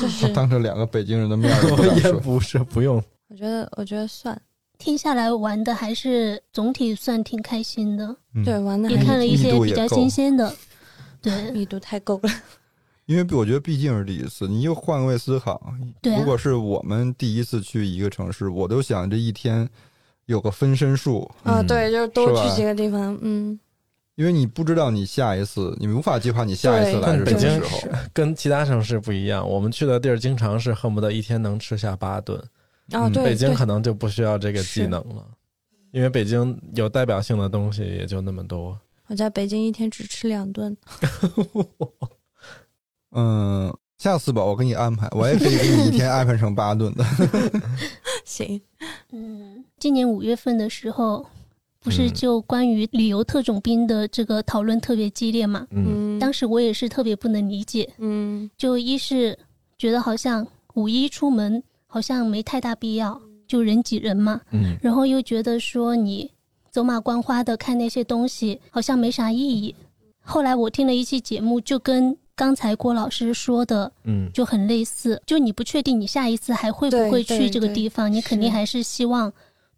就是当着两个北京人的面 儿也不敢也说，不是，不用。我觉得我觉得算，听下来玩的还是总体算挺开心的，嗯对，，玩的也还看了一密些度比也较够新鲜的。对密度太够了，因为我觉得毕竟是第一次，你又换位思考。对啊如果是我们第一次去一个城市，我都想这一天有个分身术，啊，嗯对，就是多是吧去几个地方，嗯，因为你不知道你下一次，你无法计划你下一对次来但是北什么京时候。 跟其他城市不一样，我们去的地儿经常是恨不得一天能吃下八顿。啊，嗯对，北京对可能就不需要这个技是能了，因为北京有代表性的东西也就那 么多。我在北京一天只吃两顿， 嗯，下次吧，我给你安排，我也可以给你一天安排成八顿 的。行，嗯，今年五月份的时候，不是嗯就关于旅游特种兵的这个讨论特别激烈嘛？嗯，嗯，当时我也是特别不能理解，嗯就一是觉得好像五一出门好像没太大必要，就人挤人嘛。嗯然后又觉得说你走马观花的看那些东西好像没啥意义。后来我听了一期节目，就跟刚才郭老师说的嗯，就很类似，就你不确定你下一次还会不会对去这个对地方，你肯定是还是希望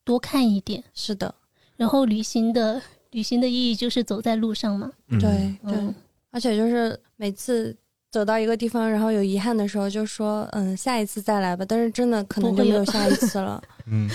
多看一点。是的，然后旅行的旅行的意义就是走在路上嘛。嗯对，对嗯，，而且就是每次。走到一个地方，然后有遗憾的时候，就说嗯，下一次再来吧。但是真的可能不就会没有有下一次了， 嗯，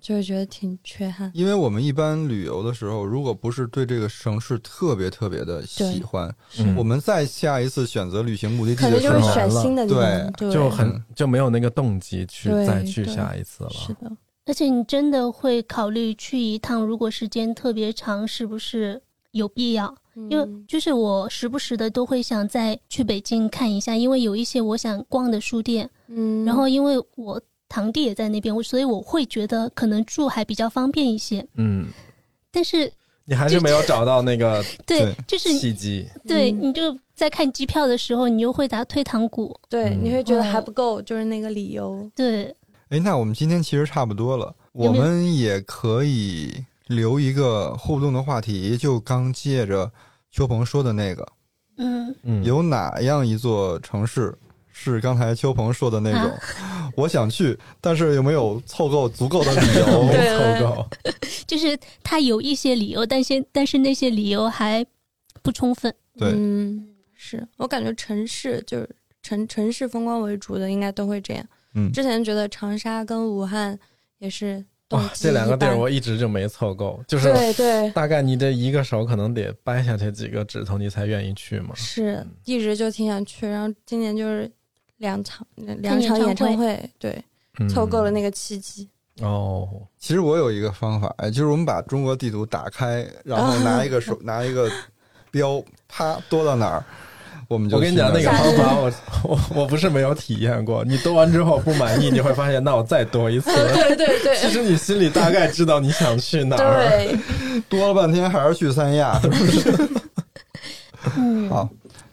就会觉得挺缺憾。因为我们一般旅游的时候，如果不是对这个城市特别特别的喜欢，嗯我们再下一次选择旅行目的可地能的就时是候，选新的地方，对，就很就没有那个动机去对再去对下一次了。是的，而且你真的会考虑去一趟，如果时间特别长，是不是有必要？因嗯为就是我时不时的都会想再去北京看一下，因为有一些我想逛的书店，嗯，然后因为我堂弟也在那边，我所以我会觉得可能住还比较方便一些。嗯，但是你还是没有找到那个对，对就是契机。对，嗯你就在看机票的时候，你又会打退堂鼓。对，嗯你会觉得还不够，就是那个理由。对，哎，那我们今天其实差不多了，我有没有们也可以留一个互动的话题，就刚借着秋鹏说的那个，嗯，嗯，有哪样一座城市是刚才秋鹏说的那 种，我想去，但是有没有凑够足够的理由 对对凑够？就是他有一些理由，但是但是那些理由还不充分。对嗯，是我感觉城市就是城城市风光为主的，应该都会这样。嗯之前觉得长沙跟武汉也是动哇，机这两个一地般儿我一直就没凑够，就是对对大概你这一个手可能得掰下去几个指头，你才愿意去嘛。 是一直就挺想去，然后今年就是两场两看场演演唱唱会，对，嗯凑够了那个契机。哦，其实我有一个方法，哎，就是我们把中国地图打开，然后拿一个手、拿一个标，啪多到哪儿，我们就我跟你讲那去个哪儿方法我， 我我 不是没有体验过。你多完之后不满意，你会发现，那我再多 一次。 对对 对其实你心里大概知道你想去哪儿。对，多了半天还是去 三亚。嗯，好，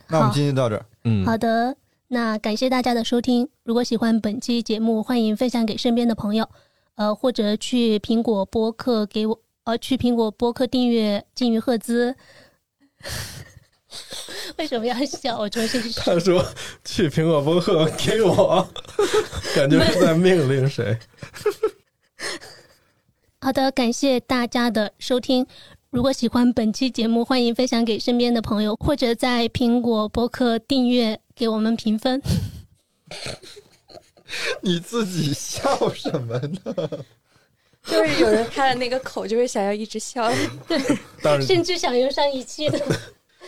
那我们好今天就到这儿，嗯，好的，那感谢大家的收听。如果喜欢本期节目，欢迎分享给身边的朋友，呃，或者去苹果播客给我，呃，去苹果播客订阅《金鱼赫兹》。 为什么要笑？我重新说。他说去苹果播客给我，感觉是在命令谁。好的，感谢大家的收听。如果喜欢本期节目，欢迎分享给身边的朋友，或者在苹果播客订阅给我们评分。你自己笑什么呢？就是有人开了那个口，就会想要一直笑。 但是甚至想用上一期的。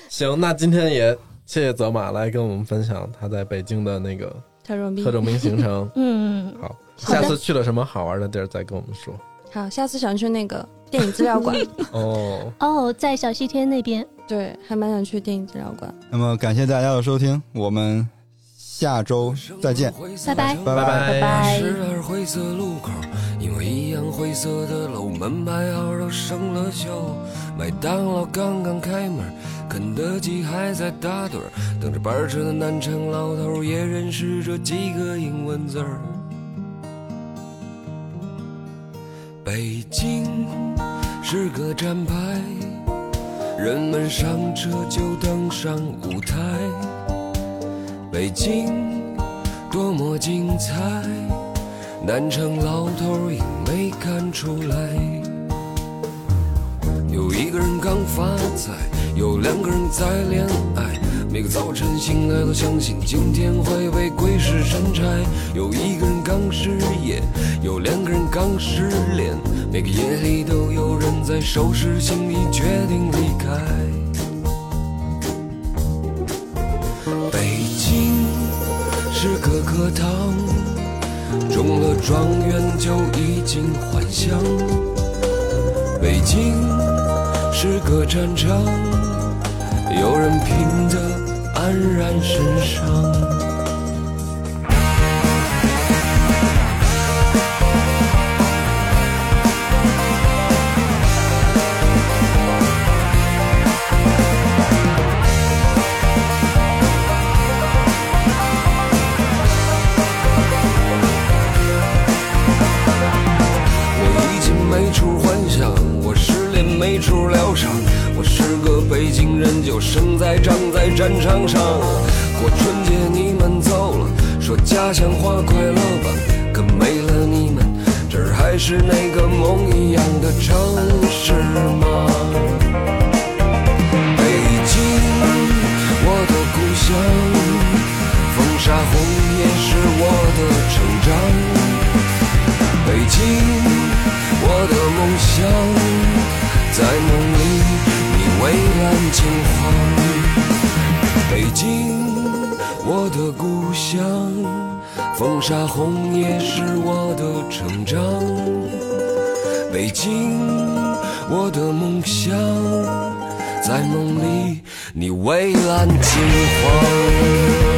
行，那今天也谢谢泽马来跟我们分享他在北京的那个特种兵特，种兵行程。嗯，好，好的下次去了什么好玩的地儿再跟我们说。好，下次想去那个电影资料馆，哦，哦，在小西天那边，对，还蛮想去电影资料馆。那么感谢大家的收听，我们下周再见，拜拜拜拜拜拜十二灰色路口，一模一样灰色的楼，门牌号都生了锈。麦当劳刚刚开门，肯德基还在打盹儿，等着班车的南城老头儿也认识这几个英文字儿。北京是个站牌，人们上车就登上舞台。北京。多么精彩，南城老头儿也没看出来。有一个人刚发财，有两个人在恋爱。每个早晨醒来都相信今天会被鬼使神差。有一个人刚失业，有两个人刚失恋。每个夜里都有人在收拾行李，决定离开。北京。是个课堂，中了状元就衣锦还乡。北京是个战场，有人拼得黯然神伤。我已经没处幻想，我失恋没处疗伤，我是个北京人，就生在长在战场上。过春节你们走了，说家乡话快乐吧，可没了你们，这儿还是那个梦一样的城市吗？北京，我的故乡，风沙红也是我的成长。北京，我的梦想，在梦里你蔚蓝金黄。北京，我的故乡，风沙红也是我的成长。北京，我的梦想。在梦里，你蔚蓝金黄。